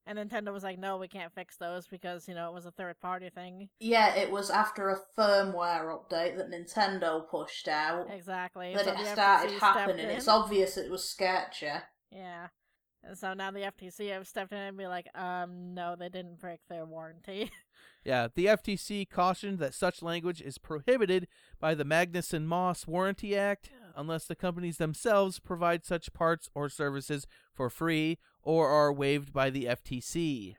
B: And Nintendo was like, no, we can't fix those because, you know, it was a third party thing.
C: Yeah, it was after a firmware update that Nintendo pushed out
B: Exactly.
C: that
B: so
C: it
B: the
C: started
B: FTC stepped
C: happening.
B: in.
C: It's obvious it was sketchy.
B: Yeah. And so now the FTC have stepped in and be like, um, no, they didn't break their warranty.
A: Yeah, the FTC cautioned that such language is prohibited by the Magnuson Moss Warranty Act unless the companies themselves provide such parts or services for free or are waived by the FTC.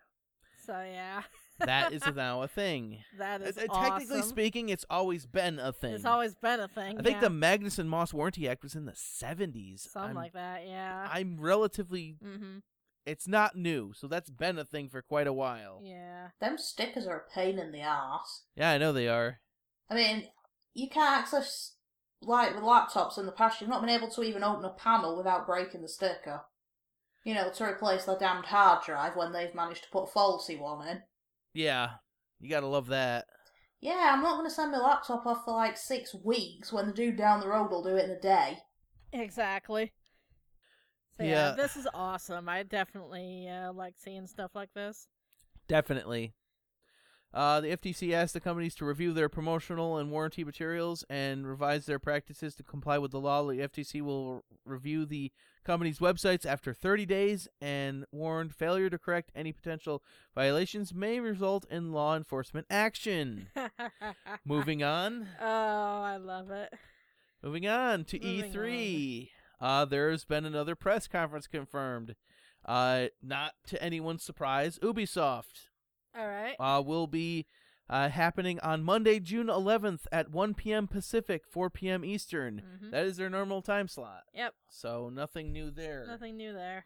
B: so yeah,
A: That is now a thing.
B: that is
A: Uh, Technically
B: awesome.
A: speaking, it's always been a thing.
B: It's always been a thing.
A: I think
B: yeah.
A: the Magnuson Moss Warranty Act was in the 70s.
B: something
A: I'm,
B: like that. Yeah.
A: I'm relatively
B: mm-hmm.
A: It's not new, so that's been a thing for quite a while.
B: Yeah.
C: Them stickers are a pain in the ass.
A: Yeah, I know they are.
C: I mean, you can't access like with laptops in the past. You've not been able to even open a panel without breaking the sticker. You know, to replace the damned hard drive when they've managed to put a faulty one in.
A: Yeah, you gotta love that.
C: Yeah, I'm not going to send my laptop off for like six weeks when the dude down the road will do it in a day.
B: Exactly. So yeah,
A: Yeah.
B: this is awesome. I definitely uh, like seeing stuff like this.
A: Definitely. Uh, the FTC asked the companies to review their promotional and warranty materials and revise their practices to comply with the law. The FTC will re- review the company's websites after 30 days and warned failure to correct any potential violations may result in law enforcement action. Moving on.
B: Oh, I love it.
A: Moving on to
B: Moving
A: E3. Uh, there's been another press conference confirmed. Uh, not to anyone's surprise, Ubisoft
B: All right.
A: uh, will be uh, happening on Monday, June 11th at 1 p.m. Pacific, 4 p.m. Eastern.
B: Mhm.
A: That is their normal time slot.
B: Yep.
A: So nothing new there.
B: Nothing new there.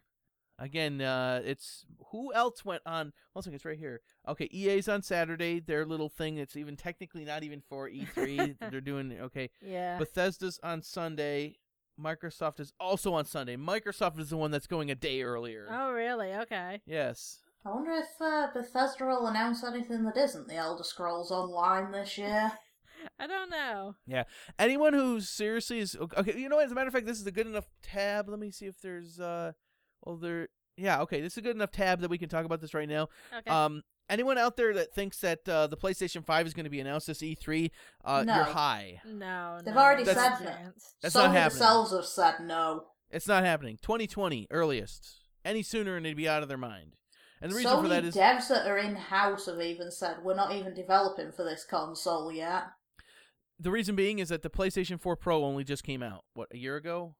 A: Again, uh, it's who else went on? One second, it's right here. Okay, EA's on Saturday. Their little thing. It's even technically not even for E3. They're doing okay.
B: Yeah.
A: Bethesda's on Sunday. Microsoft is also on Sunday. Microsoft is the one that's going a day earlier.
B: Oh, really? Okay.
A: Yes.
C: I wonder if uh, Bethesda will announce anything that isn't The Elder Scrolls Online this year.
B: I don't know.
A: Anyone who seriously is okay, you know, what, as a matter of fact, this is a good enough tab. Let me see if there's uh, well, there, yeah, okay, this is a good enough tab that we can talk about this right now.
B: Okay.
A: Um, anyone out there that thinks that uh, the PlayStation Five is going to be announced this E3, uh,
C: No.
A: you're high.
B: no.
C: They've
B: no,
C: already
B: no
C: said that.
B: chance.
A: That's
C: Sony
A: not happening.
C: themselves have said no.
A: It's not happening. 2020 earliest. Any sooner, and they'd be out of their mind. And the reason
C: Sony
A: for that is
C: devs that are in house have even said we're not even developing for this console yet.
A: the reason being is that the PlayStation 4 Pro only just came out. What a year ago?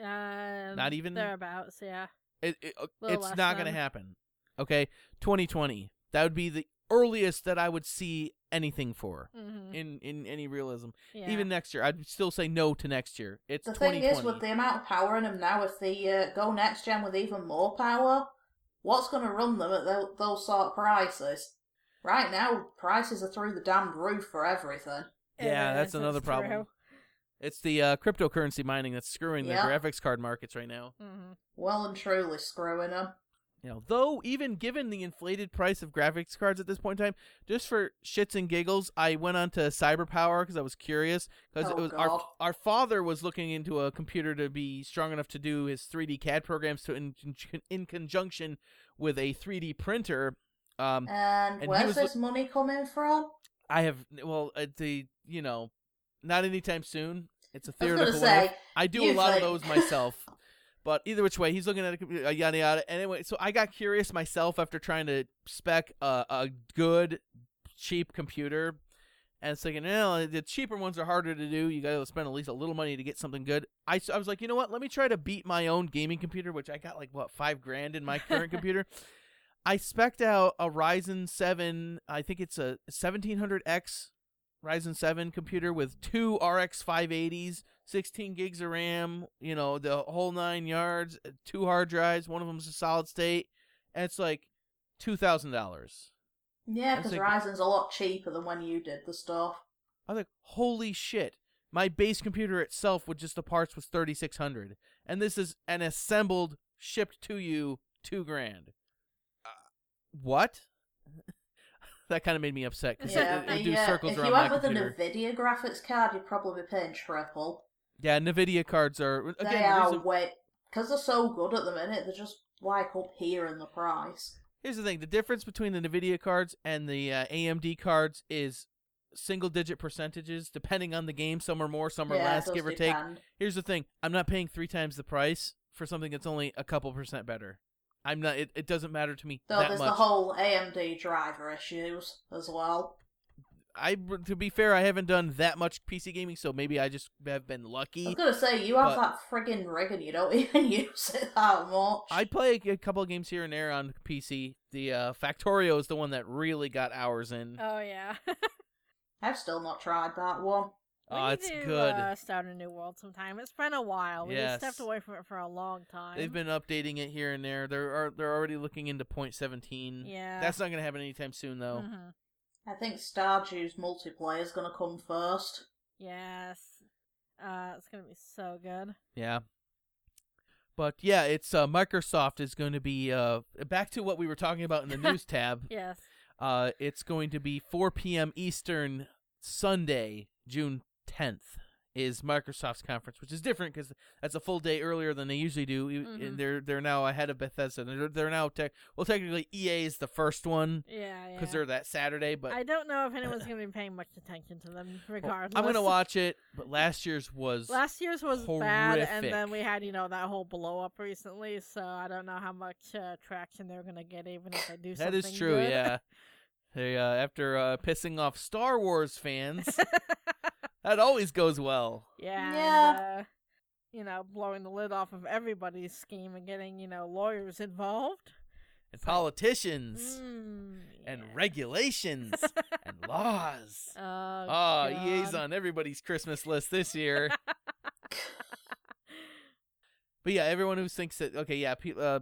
B: Um,
A: Not even-
B: thereabouts. Yeah.
A: It, it, uh,
B: Little
A: it's
B: less
A: not going to
B: than.
A: happen. Okay, 2020. That would be the earliest that I would see anything for
B: Mm-hmm.
A: in in any realism.
B: yeah.
A: e-, Even next year, I'd still say no to next year. It's
C: The thing
A: 2020.
C: is, with the amount of power in them now, if they uh, go next gen with even more power, what's going to run them at tho- those sort of prices? Right now, prices are through the damned roof for everything.
B: It
A: yeah,
B: is,
A: that's another
B: it's
A: problem. It's the uh, cryptocurrency mining that's screwing
C: Yeah.
A: the graphics card markets right now.
B: True. Mhm.
C: Well and truly screwing them.
A: You know, though, even given the inflated price of graphics cards at this point in time, just for shits and giggles, I went on to Cyberpower because I was curious. Because
C: Oh,
A: it was our
C: God.
A: our father was looking into a computer to be strong enough to do his 3D CAD programs to in, in, in conjunction with a 3D printer. Um,
C: And,
A: he
C: where's
A: was lo-
C: this money coming from?
A: I have well, uh, the you know, not anytime soon. It's a
C: I was going
A: theoretical.
C: to
A: one.
C: say,
A: I do a
C: You
A: lot of
C: think.
A: those myself. But either which way, he's looking at a computer, uh, yada yada. Anyway, so I got curious myself after trying to spec a, a good, cheap computer, and it's thinking, no, the cheaper ones are harder to do. You got to spend at least a little money to get something good. I, s- I was like, you know what? Let me try to beat my own gaming computer, which I got like what five grand in my current computer. I spec'd out a Ryzen seven. I think it's a seventeen hundred X Ryzen 7 computer with two RX 580s, 16 gigs of RAM, you know, the whole nine yards, uh, two hard drives, one of them's a solid state, and it's like $2,000.
C: yeah,
A: I
C: because
A: think-
C: Ryzen's a lot cheaper than when you did the stuff.
A: I was like, holy shit. My base computer itself with just the parts was 3600 and this is an assembled shipped to you 2 grand. Uh, what? that kind of made me upset cuz
B: Yeah,
A: it, it
C: they,
A: would do
C: uh,
A: circles
C: if
A: around
C: you
A: my
C: went with
A: computer.
C: an NVIDIA graphics card, you'd probably be paying triple.
A: yeah, Nvidia cards are again
C: they
A: the
C: are
A: reason-
C: way because they're so good at the minute. They're just like up here in the price.
A: Here's the thing: the difference between the Nvidia cards and the uh, AMD cards is single-digit percentages, depending on the game. Some are more, some are
C: yeah, it
A: less,
C: does
A: give or take.
C: depend.
A: Here's the thing: I'm not paying three times the price for something that's only a couple percent better. I'm not. It, it doesn't matter to me
C: Though
A: that
C: there's
A: much.
C: the whole AMD driver issues as well.
A: I, to be fair, I haven't done that much PC gaming, so maybe I just have been lucky.
C: I was gonna say you have
A: but-
C: that friggin' rig and you don't even use it that much.
A: I play a couple of games here and there on PC. The uh, Factorio is the one that really got hours in.
B: Oh yeah.
C: I've still not tried that one.
B: We
A: Oh,
B: need
A: it's
B: to,
A: good.
B: Uh, start a new world sometime. It's been a while. We just
A: Yes.
B: stepped away from it for a long time.
A: They've been updating it here and there. They're are, they're already looking into point seventeen.
B: Yeah.
A: Mm-hmm. That's not gonna happen anytime soon though.
B: Mhm.
C: I think Stardew's multiplayer is going to come first.
B: Yes. Uh, it's gonna be so good.
A: Yeah. But yeah, it's uh, Microsoft is going to be uh, back to what we were talking about in the news tab.
B: Yes.
A: Uh, it's going to be 4 p.m. Eastern Sunday, June 10th, is Microsoft's conference, which is different because that's a full day earlier than they usually do. e-
B: Mhm.
A: And they're they're now ahead of Bethesda. They're they're now tech. Well, technically EA is the first one
B: Yeah. Yeah.
A: because they're that Saturday. But
B: I don't know if anyone's gonna be paying much attention to them.
A: well,
B: Regardless,
A: I'm gonna watch it. But last year's was
B: Last year's was bad, and then
A: horrific.
B: we had you know that whole blow up recently. So I don't know how much uh, traction they're gonna get, even if they do
A: that
B: something.
A: is true.
B: good.
A: Yeah. They, uh, after uh, pissing off Star Wars fans, that always goes well.
B: Yeah.
C: Yeah.
B: and, uh, you know, blowing the lid off of everybody's scheme and getting, you know, lawyers involved.
A: And politicians
B: Mm,
A: and
B: yeah.
A: regulations and laws.
B: Oh,
A: Ah, EA's
B: God.
A: on everybody's Christmas list this year. but yeah, everyone who thinks that okay, yeah, pe- uh,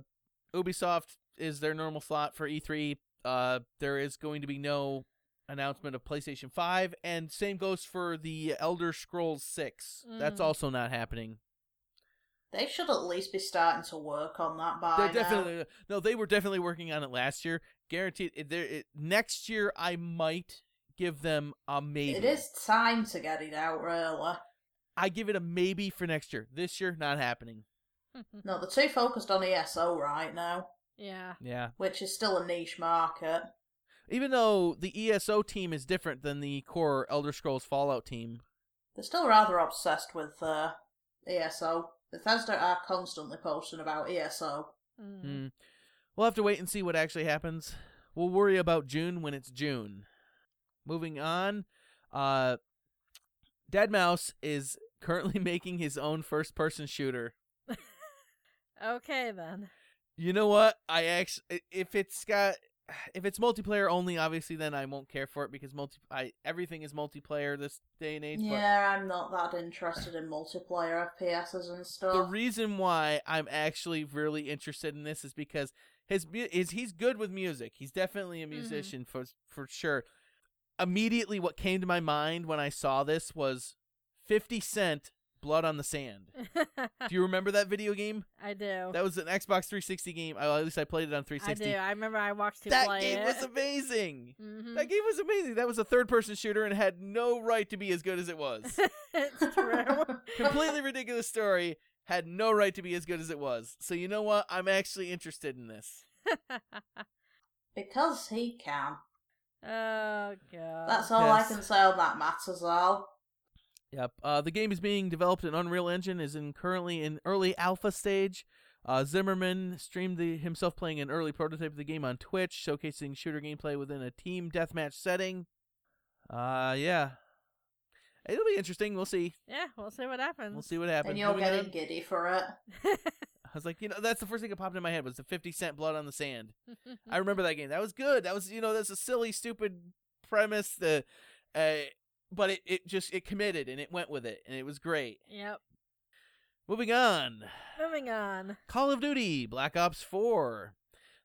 A: Ubisoft is their normal slot for E3. Uh, there is going to be no announcement of PlayStation 5, and same goes for the Elder Scrolls 6. That's
B: Mm.
A: also not happening.
C: They should at least be starting to work on that by
A: They're
C: now.
A: definitely no. They were definitely working on it last year. Guaranteed. It, there- it, next year, I might give them a maybe.
C: It is time to get it out, really.
A: I give it a maybe for next year. This year, not happening.
C: No, they're too focused on ESO right now,
B: yeah.
A: Yeah.
C: which is still a niche market.
A: Even though the ESO team is different than the core Elder Scrolls Fallout team.
C: They're still rather obsessed with uh, ESO. Bethesda are constantly posting about E ESO.
B: Mm.
A: Hmm. We'll have to wait and see what actually happens. We'll worry about June when it's June. Moving on, uh, Dead Mouse is currently making his own first-person shooter.
B: Okay, then.
A: You know what? I actually, if it's got, if it's multiplayer only, obviously, then I won't care for it because multi, I everything is multiplayer this day and age. But
C: Yeah, I'm not that interested in multiplayer FPSs and stuff.
A: the reason why I'm actually really interested in this is because his mu- is he's good with music. He's definitely a
B: Mm-hmm.
A: musician for for sure. Immediately, what came to my mind when I saw this was Fifty Cent, "Blood on the Sand." Do you remember that video game?
B: I do.
A: That was an Xbox 360 game. Oh, at least I played it on
B: I do.
A: 360.
B: I remember I watched you
A: That
B: play
A: game
B: it.
A: was amazing.
B: Mhm.
A: That game was amazing. That was a third-person shooter and had no right to be as good as it was.
B: it's true.
A: completely ridiculous story had no right to be as good as it was. So you know what? I'm actually interested in this.
C: because he can.
B: oh, God.
C: That's all
A: Uh, Yes.
C: I can say on that matters all.
A: Yep. Uh, the game is being developed in Unreal Engine, is in currently in early alpha stage. Uh, Zimmerman streamed the, himself playing an early prototype of the game on Twitch, showcasing shooter gameplay within a team deathmatch setting. Uh, yeah. It'll be interesting. We'll see.
B: Yeah, we'll see what happens.
A: We'll see what happens.
C: And you're
A: Moving
C: getting
A: on.
C: giddy for it.
A: I was like, you know, that's the first thing that popped in my head was the 50 Cent Blood on the Sand. I remember that game. That was good. That was you know that's a silly, stupid premise. The, uh, but it, it just it committed and it went with it and it was great.
B: yep.
A: Moving on,
B: Moving on.
A: Call of Duty Black Ops Four.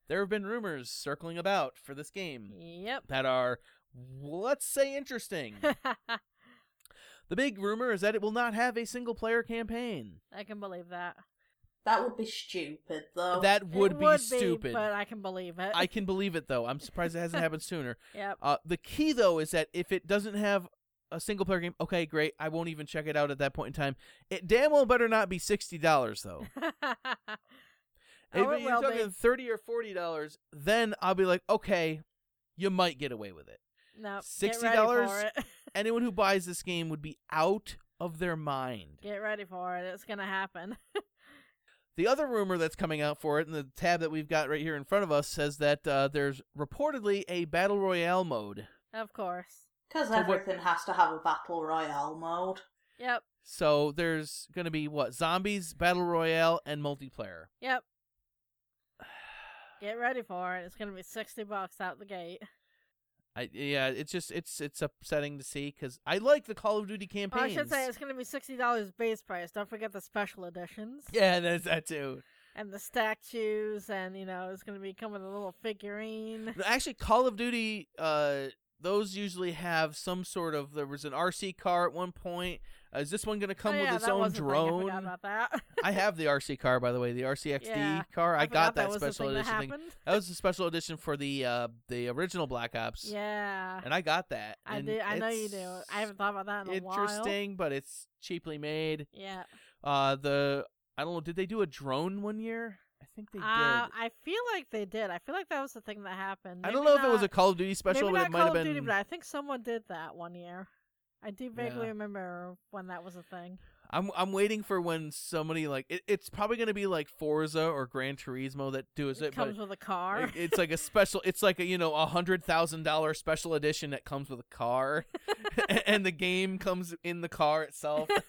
A: There have been rumors circling about for this game
B: Yep.
A: that are let's say interesting. the big rumor is that it will not have a single player campaign.
B: I can believe that.
C: That would be stupid, though.
A: That would,
B: Oh, it
A: be,
B: would
A: stupid.
B: but I can believe it.
A: I can believe it though. I'm surprised it hasn't happened sooner.
B: Yep.
A: Uh, the key though is that if it doesn't have a single player game, okay, great. I won't even check it out at that point in time. It damn well better not be sixty dollars though.
B: oh,
A: if
B: it
A: you're
B: will
A: talking
B: be.
A: thirty or forty dollars, then I'll be like, okay, you might get away with it.
B: No.
A: $60
B: Get ready for it.
A: Anyone who buys this game would be out of their mind.
B: Get ready for it. It's gonna happen.
A: The other rumor that's coming out for it, and the tab that we've got right here in front of us, says that uh, there's reportedly a battle royale mode.
B: of course.
C: Because
A: So what-
C: everything has to have a battle royale mode.
B: Yep.
A: So there's going to be what zombies, battle royale, and multiplayer.
B: Yep. Get ready for it. It's gonna be sixty bucks out the gate.
A: I yeah, it's just it's it's upsetting to see because I like the Call of Duty
B: Well, Oh, I
A: campaigns.
B: should say it's going to be sixty dollars base price. Don't forget the special editions.
A: yeah, there's that too.
B: And the statues, and you know, it's going to be coming with a little figurine.
A: No, Actually, Call of Duty, uh, those usually have some sort of. There was an RC car at one point. Uh, is this one going to come
B: oh, yeah,
A: with its
B: that
A: own
B: was a thing. I forgot
A: drone?
B: about that.
A: I have the RC car, by the way, the RCXD
B: Yeah,
A: car. I, got
B: forgot
A: that,
B: was the
A: special
B: thing
A: edition
B: that
A: thing.
B: happened.
A: That was a special edition for the uh, the original Black Ops.
B: Yeah.
A: and I got that.
B: I
A: and
B: do. I know you do.
A: it's
B: I haven't thought about that in a while.
A: Interesting, but it's cheaply made.
B: Yeah.
A: Uh, the I don't know. Did they do a drone one year? I think they
B: Uh,
A: did.
B: I feel like they did. I feel like that was the thing that happened.
A: I don't know
B: Maybe
A: if it was a
B: not-
A: Call of Duty special,
B: maybe
A: but
B: not
A: it might
B: Call
A: have
B: of
A: been.
B: Duty, but I think someone did that one year. I do vaguely
A: Yeah.
B: remember when that was a thing.
A: I'm I'm waiting for when somebody like it, it's probably gonna be like Forza or Gran Turismo that does
B: It
A: it, but
B: comes with a car.
A: it- it's like a special. It's like a you know a hundred thousand dollar special edition that comes with a car, and the game comes in the car itself.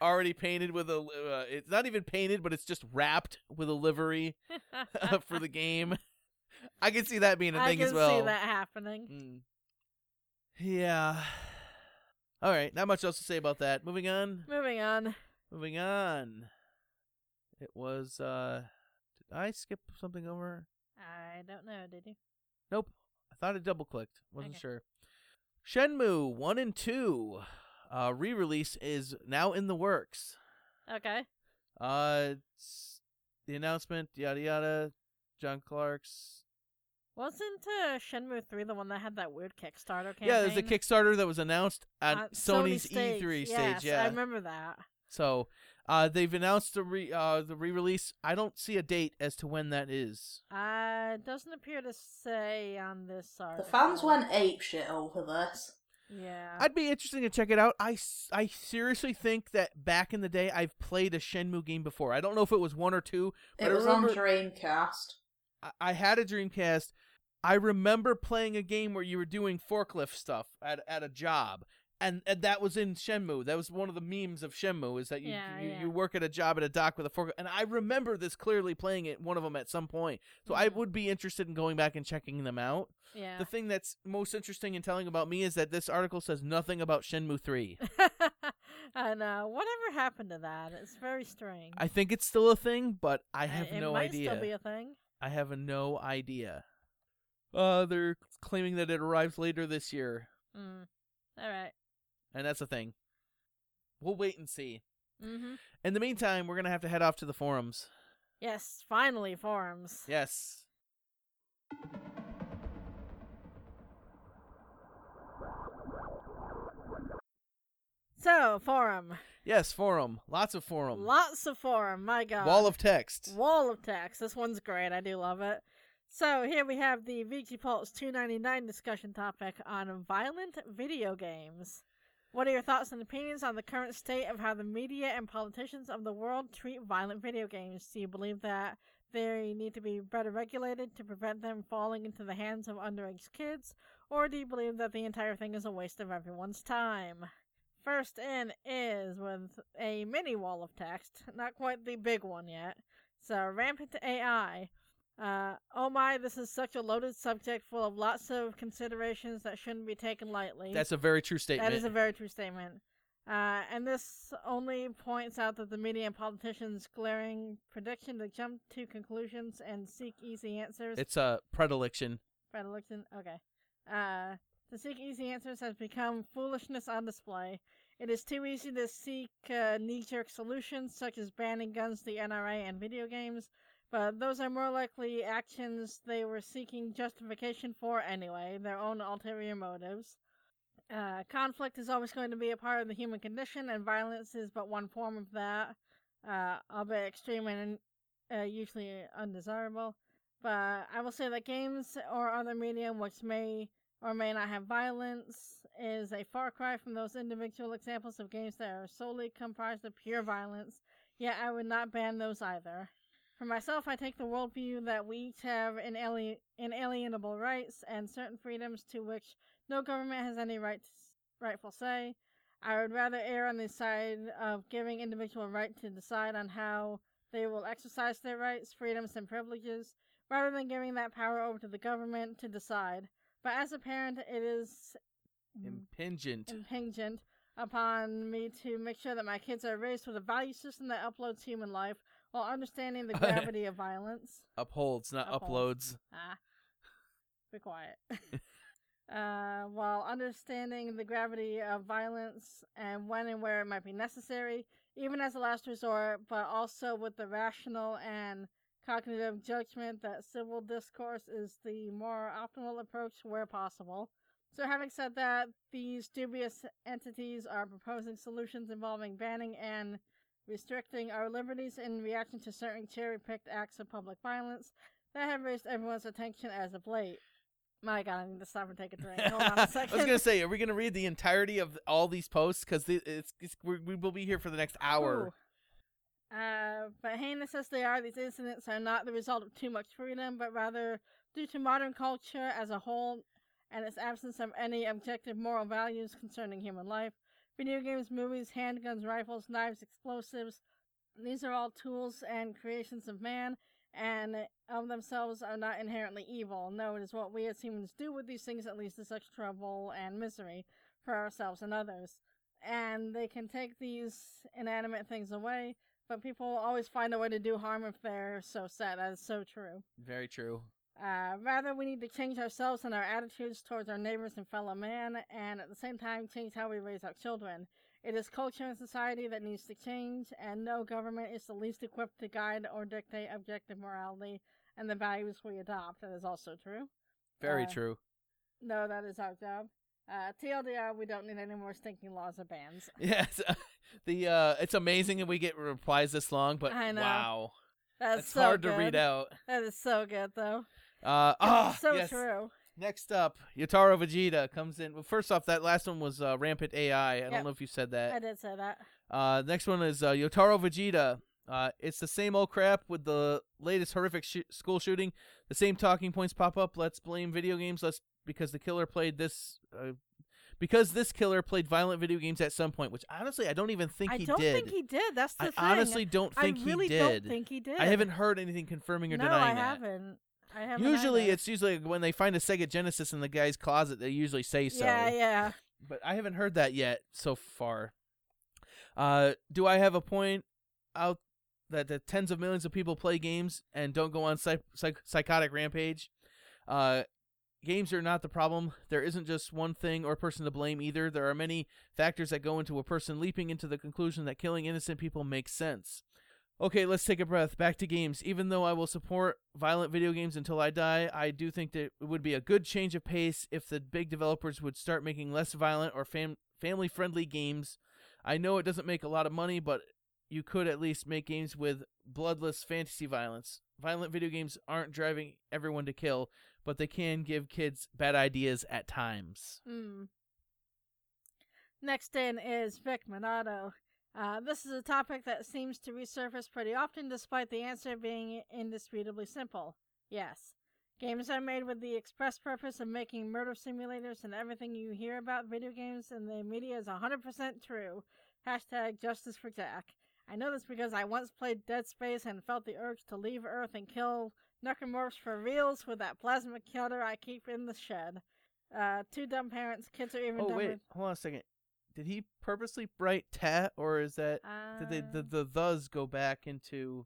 A: Already painted with a, li- uh, it's not even painted, but it's just wrapped with a livery for the game. I can see that being a
B: I
A: thing
B: can
A: as well.
B: see that happening.
A: Mm. Yeah. All right, not much else to say about that. Moving on.
B: Moving on.
A: Moving on. It was uh did I skip something over?
B: I don't know. Did you?
A: Nope. I thought I double clicked. Wasn't
B: Okay.
A: sure. Shenmue 1 and 2 uh re-release is now in the works.
B: Okay.
A: Uh it's the announcement yada yada John Clark's
B: Wasn't uh, Shenmue three the one that had that weird Kickstarter campaign?
A: Yeah, there's a Kickstarter that was announced at
B: on
A: Sony's
B: stage.
A: E3
B: Yes,
A: stage, yeah.
B: I remember that.
A: So uh, they've announced the re uh, the re release. I don't see a date as to when that is.
B: Uh, it doesn't appear to say on this
C: The
B: article.
C: fans went ape shit over this.
B: Yeah.
A: I'd be interesting to check it out. I, s- I seriously think that back in the day I've played a Shenmue game before. I don't know if it was one or two, but
C: It
A: I
C: was on
A: remember
C: Dreamcast.
A: I, I had a Dreamcast. I remember playing a game where you were doing forklift stuff at at a job. And, and that was in Shenmue. That was one of the memes of Shenmue is that you,
B: Yeah,
A: you,
B: yeah.
A: you work at a job at a dock with a forklift. And I remember this clearly playing it one of them at some point. So I
B: Mhm.
A: would be interested in going back and checking them out.
B: Yeah.
A: The thing that's most interesting and telling about me is that this article says nothing about Shenmue 3.
B: I know. Whatever happened to that? It's very strange.
A: I think it's still a thing, but I
B: Uh,
A: have
B: it
A: no
B: might
A: idea.
B: still be a thing.
A: I have no idea. Uh, they're claiming that it arrives later this year,
B: Mm. All right.
A: and that's a thing. We'll wait and see.
B: Mm-hmm.
A: In the meantime, we're going to have to head off to the forums.
B: Yes, finally forums.
A: Yes.
B: So forum,
A: Yes, forum. Lots of forum.
B: lots of forum. My God,
A: Wall of text.
B: wall of text. This one's great. I do love it. So here we have the VG Pulse 299 discussion topic on violent video games. What are your thoughts and opinions on the current state of how the media and politicians of the world treat violent video games? Do you believe that they need to be better regulated to prevent them falling into the hands of underage kids? Or do you believe that the entire thing is a waste of everyone's time? First in is with a mini wall of text, not quite the big one yet. So, rampant AI. Uh, oh my, this is such a loaded subject full of lots of considerations that shouldn't be taken lightly.
A: That's a very true statement.
B: That is a very true statement. Uh, and this only points out that the media and politicians' glaring prediction to jump to conclusions and seek easy answers.
A: it's a predilection.
B: predilection. Okay. Uh, to seek easy answers has become foolishness on display. It is too easy to seek uh, knee-jerk solutions such as banning guns, the NRA, and video games, but those are more likely actions they were seeking justification for anyway, their own ulterior motives. Uh, conflict is always going to be a part of the human condition, and violence is but one form of that, uh, albeit extreme and uh, usually undesirable. But I will say that games or other medium which may or may not have violence is a far cry from those individual examples of games that are solely comprised of pure violence, yet I would not ban those either. For myself, I take the worldview that we each have inali- inalienable rights and certain freedoms to which no government has any right rightful say. I would rather err on the side of giving individual right to decide on how they will exercise their rights, freedoms, and privileges rather than giving that power over to the government to decide. But as a parent, it is Mm.
A: Impingent.
B: impingent upon me to make sure that my kids are raised with a value system that uploads human life while understanding the gravity of violence.
A: Upholds, not
B: Upholds.
A: uploads.
B: Ah, be quiet. uh, while understanding the gravity of violence and when and where it might be necessary, even as a last resort, but also with the rational and cognitive judgment that civil discourse is the more optimal approach where possible. So, having said that, these dubious entities are proposing solutions involving banning and restricting our liberties in reaction to certain cherry picked acts of public violence that have raised everyone's attention as of late. My god, I need to stop and take a drink. Hold on a
A: I
B: second.
A: was gonna say, are we gonna read the entirety of all these posts? Because it's, it's we we will be here for the next hour.
B: Ooh. Uh, but heinous as they are, these incidents are not the result of too much freedom, but rather due to modern culture as a whole and its absence of any objective moral values concerning human life. Video games, movies, handguns, rifles, knives, explosives, these are all tools and creations of man, and of themselves are not inherently evil. No, it is what we as humans do with these things that leads to such trouble and misery for ourselves and others and they can take these inanimate things away, but people will always find a way to do harm if they're so set. That is so true.
A: Very true.
B: Uh, rather, we need to change ourselves and our attitudes towards our neighbors and fellow man, and at the same time, change how we raise our children. It is culture and society that needs to change, and no government is the least equipped to guide or dictate objective morality and the values we adopt. That is also true.
A: Very
B: Uh,
A: true.
B: No, that is our job. Uh, TLDR, we don't need any more stinking laws or bans.
A: Yes. the uh, it's amazing that we get replies this long, but
B: I know.
A: wow,
B: That's
A: it's
B: so
A: hard
B: good.
A: to read out.
B: That is so good, though.
A: Uh, ah,
B: so
A: yes.
B: true.
A: Next up, Yataro Vegeta comes in. Well, first off, that last one was uh, rampant AI. I
B: Yep.
A: don't know if you said
B: I
A: that.
B: did say that.
A: Uh, next one is uh, Yotaro Vegeta. Uh, it's the same old crap with the latest horrific sh- school shooting. The same talking points pop up. Let's blame video games. Let's because the killer played this. Uh, because this killer played violent video games at some point, which honestly I don't even think
B: I
A: he
B: don't
A: did.
B: think he did. That's
A: I
B: the thing.
A: honestly don't think
B: I really
A: he did.
B: don't think he did.
A: I haven't heard anything confirming or
B: no,
A: denying that.
B: I haven't. I haven't.
A: Usually,
B: either.
A: it's usually when they find a Sega Genesis in the guy's closet, they usually say so.
B: Yeah, yeah.
A: But I haven't heard that yet so far. Uh, do I have a point out that the tens of millions of people play games and don't go on psych- psych- psychotic rampage? Uh, games are not the problem. There isn't just one thing or person to blame either. There are many factors that go into a person leaping into the conclusion that killing innocent people makes sense. Okay, let's take a breath. Back to games. Even though I will support violent video games until I die, I do think that it would be a good change of pace if the big developers would start making less violent or fam- family friendly games. I know it doesn't make a lot of money, but you could at least make games with bloodless fantasy violence. Violent video games aren't driving everyone to kill, but they can give kids bad ideas at times.
B: Mm. Next in is Vic Minato. Uh, this is a topic that seems to resurface pretty often, despite the answer being indisputably simple. Yes. Games are made with the express purpose of making murder simulators, and everything you hear about video games in the media is 100% true. Hashtag justice for Jack. I know this because I once played Dead Space and felt the urge to leave Earth and kill Necromorphs for reals with that plasma cutter I keep in the shed. Uh, two dumb parents, kids are even
A: Oh
B: dumb.
A: wait, hold on a second. Did he purposely write tat or is that did they
B: Um,
A: the the thes go back into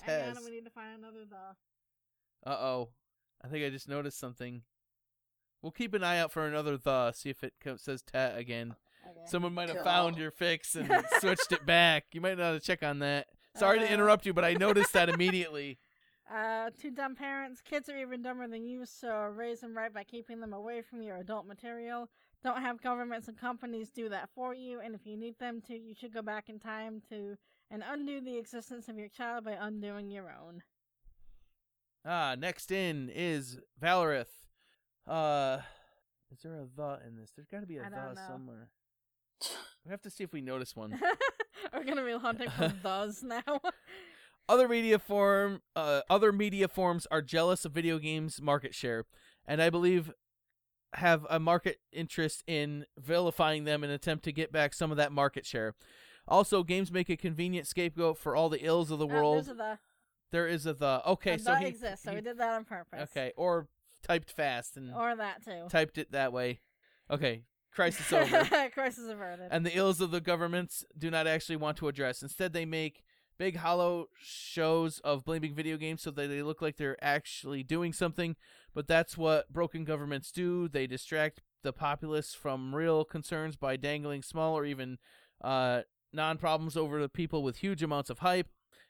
B: Hang
A: Tez.
B: on, we need to find another the.
A: Uh oh. I think I just noticed something. We'll keep an eye out for another the, see if it co- says tat again.
B: Okay.
A: Someone might have
C: Cool.
A: found your fix and switched it back. You might not have checked on that. Sorry
B: Uh.
A: to interrupt you, but I noticed that immediately.
B: Uh, two dumb parents. Kids are even dumber than you, so raise them right by keeping them away from your adult material. Don't have governments and companies do that for you, and if you need them to, you should go back in time to and undo the existence of your child by undoing your own.
A: Ah, next in is Valorith. Uh, is there a the in this? There's got to be a
B: I
A: the
B: don't know.
A: somewhere. We have to see if we notice one.
B: We're gonna be hunting for those now.
A: other media form uh, other media forms are jealous of video games market share and i believe have a market interest in vilifying them in an attempt to get back some of that market share also games make a convenient scapegoat for all the ills of the
B: Oh,
A: world
B: those are the
A: There is a the. Okay,
B: And
A: so
B: that
A: he
B: exists, so
A: he-
B: we did that on purpose.
A: Okay, or typed fast and
B: Or that too.
A: typed it that way. Okay, crisis over.
B: Crisis averted.
A: and the ills of the governments do not actually want to address. Instead, they make big hollow shows of blaming video games so that they look like they're actually doing something. But that's what broken governments do. They distract the populace from real concerns by dangling small or even uh, non problems over the people with huge amounts of hype.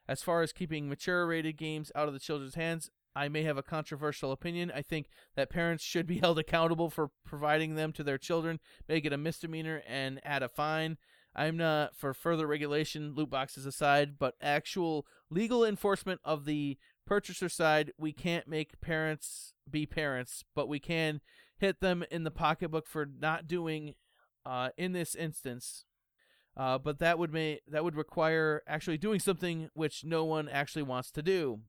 A: As far as keeping mature rated games out of the children's hands, I may have a controversial opinion. I think that parents should be held accountable for providing them to their children, make it a misdemeanor, and add a fine. I'm not for further regulation, loot boxes aside, but actual legal enforcement of the purchaser side. We can't make parents be parents, but we can hit them in the pocketbook for not doing uh, in this instance. Uh, but that would may that would require actually doing something which no one actually wants to do.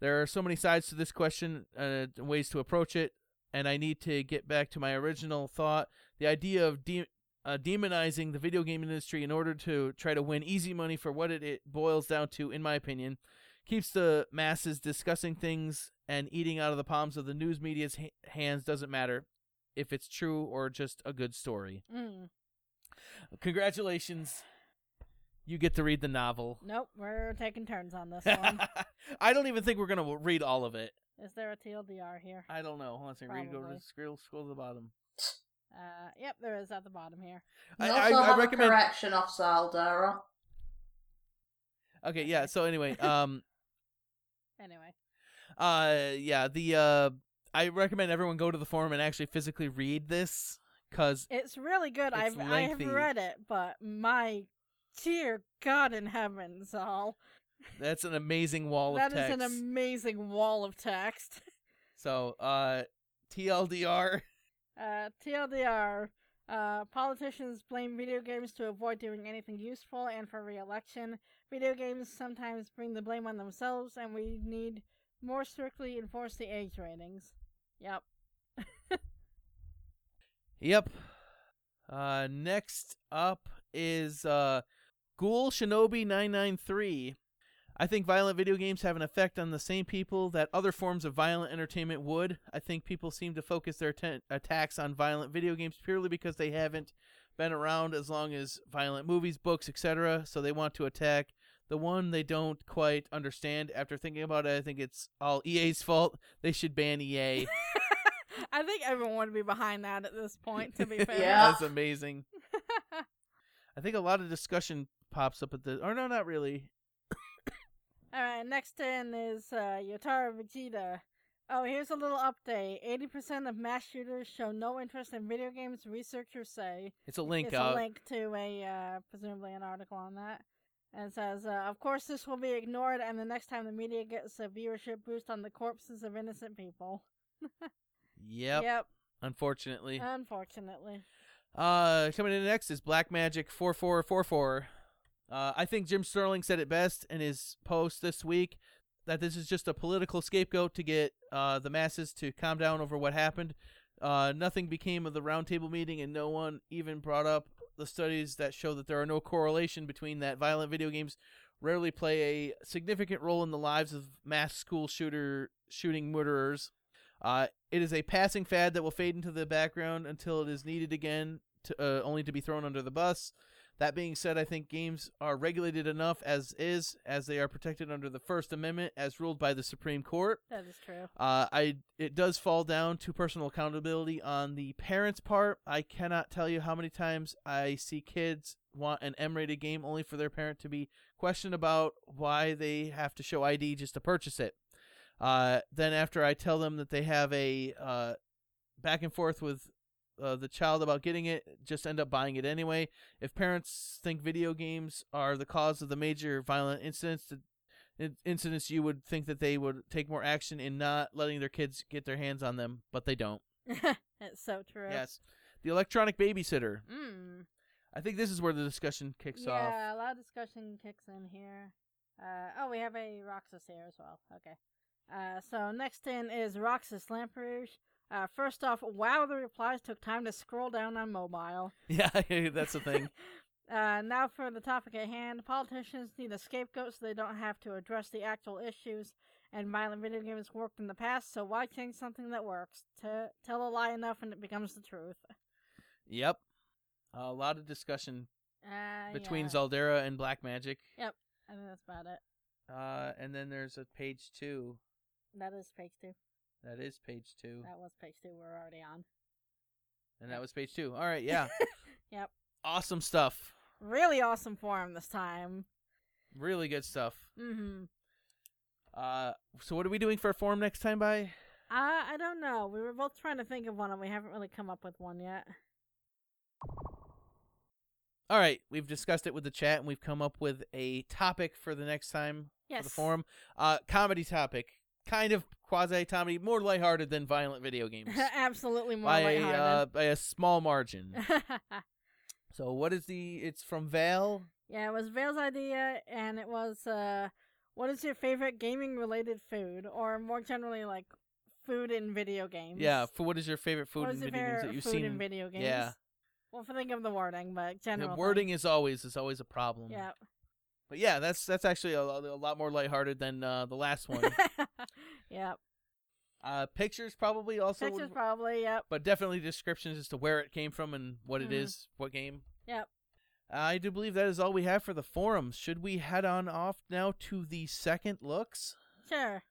A: There are so many sides to this question, uh, ways to approach it, and I need to get back to my original thought: the idea of de- uh, demonizing the video game industry in order to try to win easy money for what it, it boils down to, in my opinion, keeps the masses discussing things and eating out of the palms of the news media's ha- hands. Doesn't matter if it's true or just a good story.
B: Mm.
A: Congratulations. You get to read the novel.
B: Nope, we're taking turns on this one.
A: I don't even think we're going to read all of it.
B: Is there a TLDR here?
A: I don't know. Hold on a second. Read, go to
B: Probably.
A: the scroll, scroll to the bottom.
B: Uh, yep, there is at the bottom here.
C: You
A: I-
C: also
A: I- I
C: have a
A: recommend-
C: correction off Saldara.
A: Okay, yeah. So anyway, um
B: Anyway,
A: uh yeah, the uh I recommend everyone go to the forum and actually physically read this cuz
B: it's really good.
A: It's
B: I've I have
A: lengthy.
B: read it, but my dear God in heaven, Zal,
A: that's an amazing wall
B: that
A: of
B: is
A: text.
B: an amazing wall of text.
A: so, uh TLDR
B: Uh, TLDR. Uh, politicians blame video games to avoid doing anything useful and for re-election. Video games sometimes bring the blame on themselves, and we need more strictly enforce the age ratings. Yep.
A: Yep. Uh, next up is uh, Ghoul Shinobi 993. I think violent video games have an effect on the same people that other forms of violent entertainment would. I think people seem to focus their atten- attacks on violent video games purely because they haven't been around as long as violent movies, books, etc. So they want to attack the one they don't quite understand. After thinking about it, I think it's all EA's fault. They should ban E EA.
B: I think everyone would be behind that at this point. To be fair.
C: Yeah.
A: That's amazing. I think a lot of discussion pops up at the. Or no, not really.
B: All right, next in is uh, Yotaro Vegeta. Oh, here's a little update. 80% of mass shooters show no interest in video games, researchers say.
A: It's a link
B: it's
A: up.
B: a link to a, uh, presumably an article on that. And it says, uh, of course, this will be ignored, and the next time the media gets a viewership boost on the corpses of innocent people.
A: Yep, Unfortunately.
B: Unfortunately.
A: Uh, coming in next is Black Magic four four four four. Uh, I think Jim Sterling said it best in his post this week that this is just a political scapegoat to get uh, the masses to calm down over what happened. Uh, nothing became of the roundtable meeting, and no one even brought up the studies that show that there are no correlation between that violent video games rarely play a significant role in the lives of mass school shooter shooting murderers. Uh, it is a passing fad that will fade into the background until it is needed again, to, uh, only to be thrown under the bus. That being said, I think games are regulated enough as is, as they are protected under the First Amendment, as ruled by the Supreme Court.
B: That is true.
A: Uh, I it does fall down to personal accountability on the parents' part. I cannot tell you how many times I see kids want an M-rated game only for their parent to be questioned about why they have to show ID just to purchase it. Uh, then after I tell them that they have a uh, back and forth with uh, the child about getting it, just end up buying it anyway. If parents think video games are the cause of the major violent incidents, that in- incidents you would think that they would take more action in not letting their kids get their hands on them, but they don't.
B: It's so true.
A: Yes. The electronic babysitter.
B: Mm.
A: I think this is where the discussion kicks
B: yeah,
A: off.
B: a lot of discussion kicks in here. Uh, oh, we have a Roxas here as well. Okay. Uh, so next in is Roxas Lamperouge. Uh, first off, wow, the replies took time to scroll down on mobile.
A: Yeah, that's the thing.
B: Uh, now for the topic at hand. Politicians need a scapegoat so they don't have to address the actual issues, and violent video games worked in the past, so why change something that works? To tell a lie enough and it becomes the truth.
A: Yep. a lot of discussion
B: Uh,
A: between
B: yeah.
A: Zaldera and Black Magic.
B: I think that's about it.
A: Uh, and then there's a page two.
B: That is page two.
A: That is page two.
B: That was page two. We're already on.
A: And that was page two. All right. Yeah.
B: Yep.
A: Awesome stuff.
B: Really awesome form this time.
A: Really good stuff.
B: Mm-hmm.
A: Uh, so what are we doing for a form next time, by?
B: Uh, I don't know. We were both trying to think of one, and we haven't really come up with one yet.
A: All right, we've discussed it with the chat, and we've come up with a topic for the next time for
B: Yes.
A: the forum. Uh, comedy topic, kind of quasi comedy, more lighthearted than violent video games
B: Absolutely more
A: by uh, a, uh,
B: lighthearted.
A: by a small margin. so what is the? It's from Val.
B: yeah, it was Vale's idea, and it was uh, what is your favorite gaming-related food, or more generally, like food in video games?
A: Yeah. For what is your favorite food
B: what
A: in
B: is your
A: video games
B: favorite
A: that you've
B: food
A: seen?
B: in video games?
A: Yeah.
B: Well, if I think of the wording, but
A: the
B: generally.
A: wording is always is always a problem.
B: Yeah.
A: But yeah, that's that's actually a, lo- a lot more lighthearted than uh, the last one.
B: yep.
A: uh, pictures probably also.
B: Pictures
A: would-
B: probably. Yep.
A: but definitely descriptions as to where it came from and what it
B: Mhm.
A: is, what game.
B: Yep.
A: I do believe that is all we have for the forums. Should we head on off now to the second looks?
B: Sure.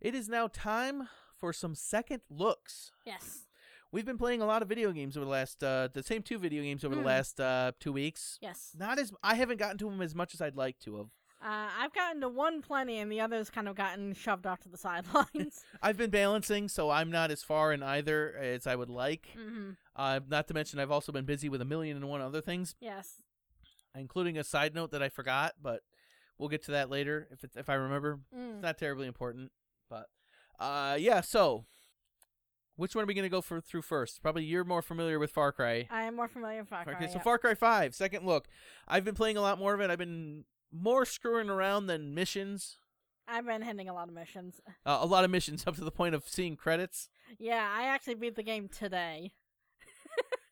A: It is now time for some second looks.
B: Yes.
A: We've been playing a lot of video games over the last, uh, the same two video games over
B: Mm.
A: the last uh, two weeks.
B: Yes.
A: Not as I haven't gotten to them as much as I'd like to have.
B: Uh, I've gotten to one plenty, and the others kind of gotten shoved off to the sidelines.
A: I've been balancing, so I'm not as far in either as I would like.
B: mm-hmm.
A: Uh, not to mention, I've also been busy with a million and one other things.
B: Yes.
A: including a side note that I forgot, but we'll get to that later if it's, if I remember.
B: Mm.
A: It's not terribly important, but uh, yeah. So, which one are we gonna go for through first? Probably you're more familiar with Far Cry.
B: I am more familiar with Far Cry.
A: okay, so
B: yeah.
A: Far Cry Five, second look. I've been playing a lot more of it. I've been more screwing around than missions.
B: I've been hitting a lot of missions.
A: Uh, a lot of missions up to the point of seeing credits.
B: Yeah, I actually beat the game today.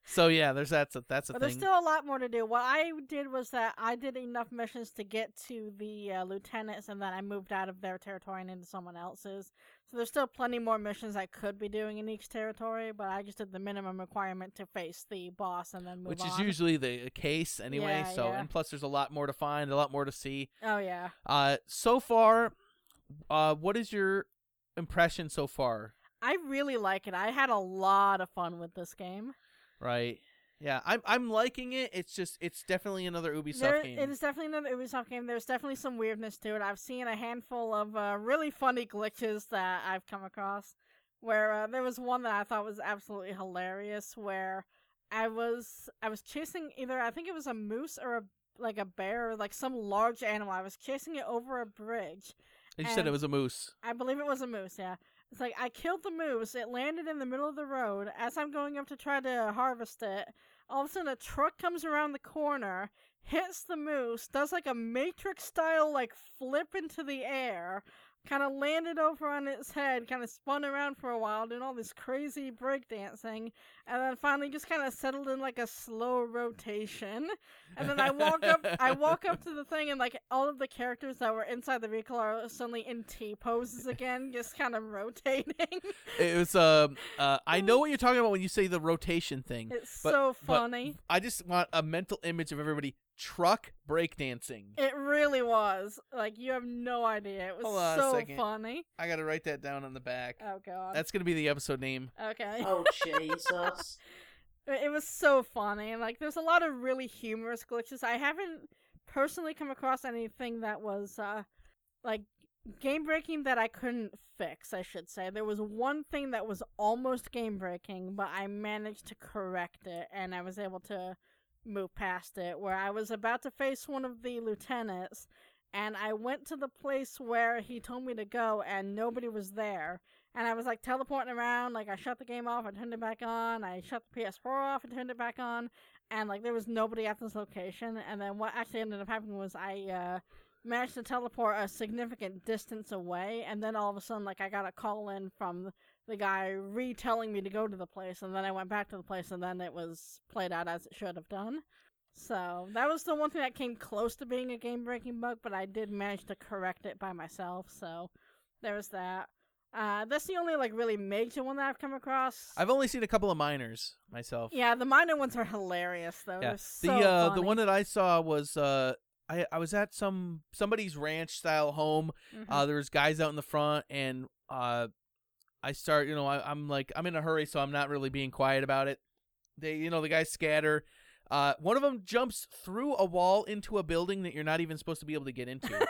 A: So yeah, there's that's a, that's a
B: But there's
A: thing.
B: still a lot more to do. What I did was that I did enough missions to get to the uh, lieutenants, and then I moved out of their territory and into someone else's. So there's still plenty more missions I could be doing in each territory, but I just did the minimum requirement to face the boss and then move
A: which
B: on.
A: is usually the case anyway.
B: Yeah,
A: so
B: yeah.
A: and plus there's a lot more to find, a lot more to see.
B: Oh yeah,
A: Uh, so far, uh, what is your impression so far?
B: I really like it. I had a lot of fun with this game.
A: Right? Yeah, I'm I'm liking it. It's just it's definitely another Ubisoft
B: There-
A: game.
B: It is definitely another Ubisoft game. There's definitely some weirdness to it. I've seen a handful of uh, really funny glitches that I've come across. Where uh, there was one that I thought was absolutely hilarious, where I was I was chasing either I think it was a moose or a like a bear or like some large animal. I was chasing it over a bridge.
A: you said it
B: and-
A: was a moose.
B: I believe it was a moose. Yeah, it's like I killed the moose. It landed in the middle of the road. As I'm going up to try to harvest it, all of a sudden a truck comes around the corner, hits the moose, does like a matrix style like flip into the air, kind of landed over on its head, kind of spun around for a while, doing all this crazy breakdancing, and then finally just kind of settled in like a slow rotation. And then I walk up, I walk up to the thing, and like all of the characters that were inside the vehicle are suddenly in T poses again, just kind of rotating.
A: It was um uh I know what you're talking about when you say the rotation thing.
B: it's
A: But-
B: so
A: but
B: funny.
A: I just want a mental image of everybody truck breakdancing.
B: it really was. Like you have no idea. It was
A: Hold on a
B: so
A: second.
B: funny.
A: I gotta write that down on the back.
B: Oh god.
A: That's gonna be the episode name.
B: okay.
C: Oh Jesus!
B: It it was so funny, and like there's a lot of really humorous glitches. I haven't personally come across anything that was uh like game breaking that I couldn't fix. I should say there was one thing that was almost game breaking, but I managed to correct it, and I was able to move past it. Where I was about to face one of the lieutenants, and I went to the place where he told me to go, and nobody was there. And I was like teleporting around, like I shut the game off, I turned it back on, I shut the PS4 off, I turned it back on, and like there was nobody at this location. And then what actually ended up happening was I uh, managed to teleport a significant distance away, and then all of a sudden, like I got a call in from the guy retelling me to go to the place, and then I went back to the place, and then it was played out as it should have done. So that was the one thing that came close to being a game breaking bug, but I did manage to correct it by myself. So there was that. Uh, that's the only like really major one that I've come across.
A: I've only seen a couple of minors myself.
B: yeah, the minor ones are hilarious though.
A: Yeah.
B: They're so
A: the uh the
B: funny.
A: one that I saw was uh I I was at some somebody's ranch style home.
B: Mhm.
A: Uh there was guys out in the front and uh I start, you know, I, I'm like I'm in a hurry so I'm not really being quiet about it. They you know, the guys scatter. Uh one of them jumps through a wall into a building that you're not even supposed to be able to get into.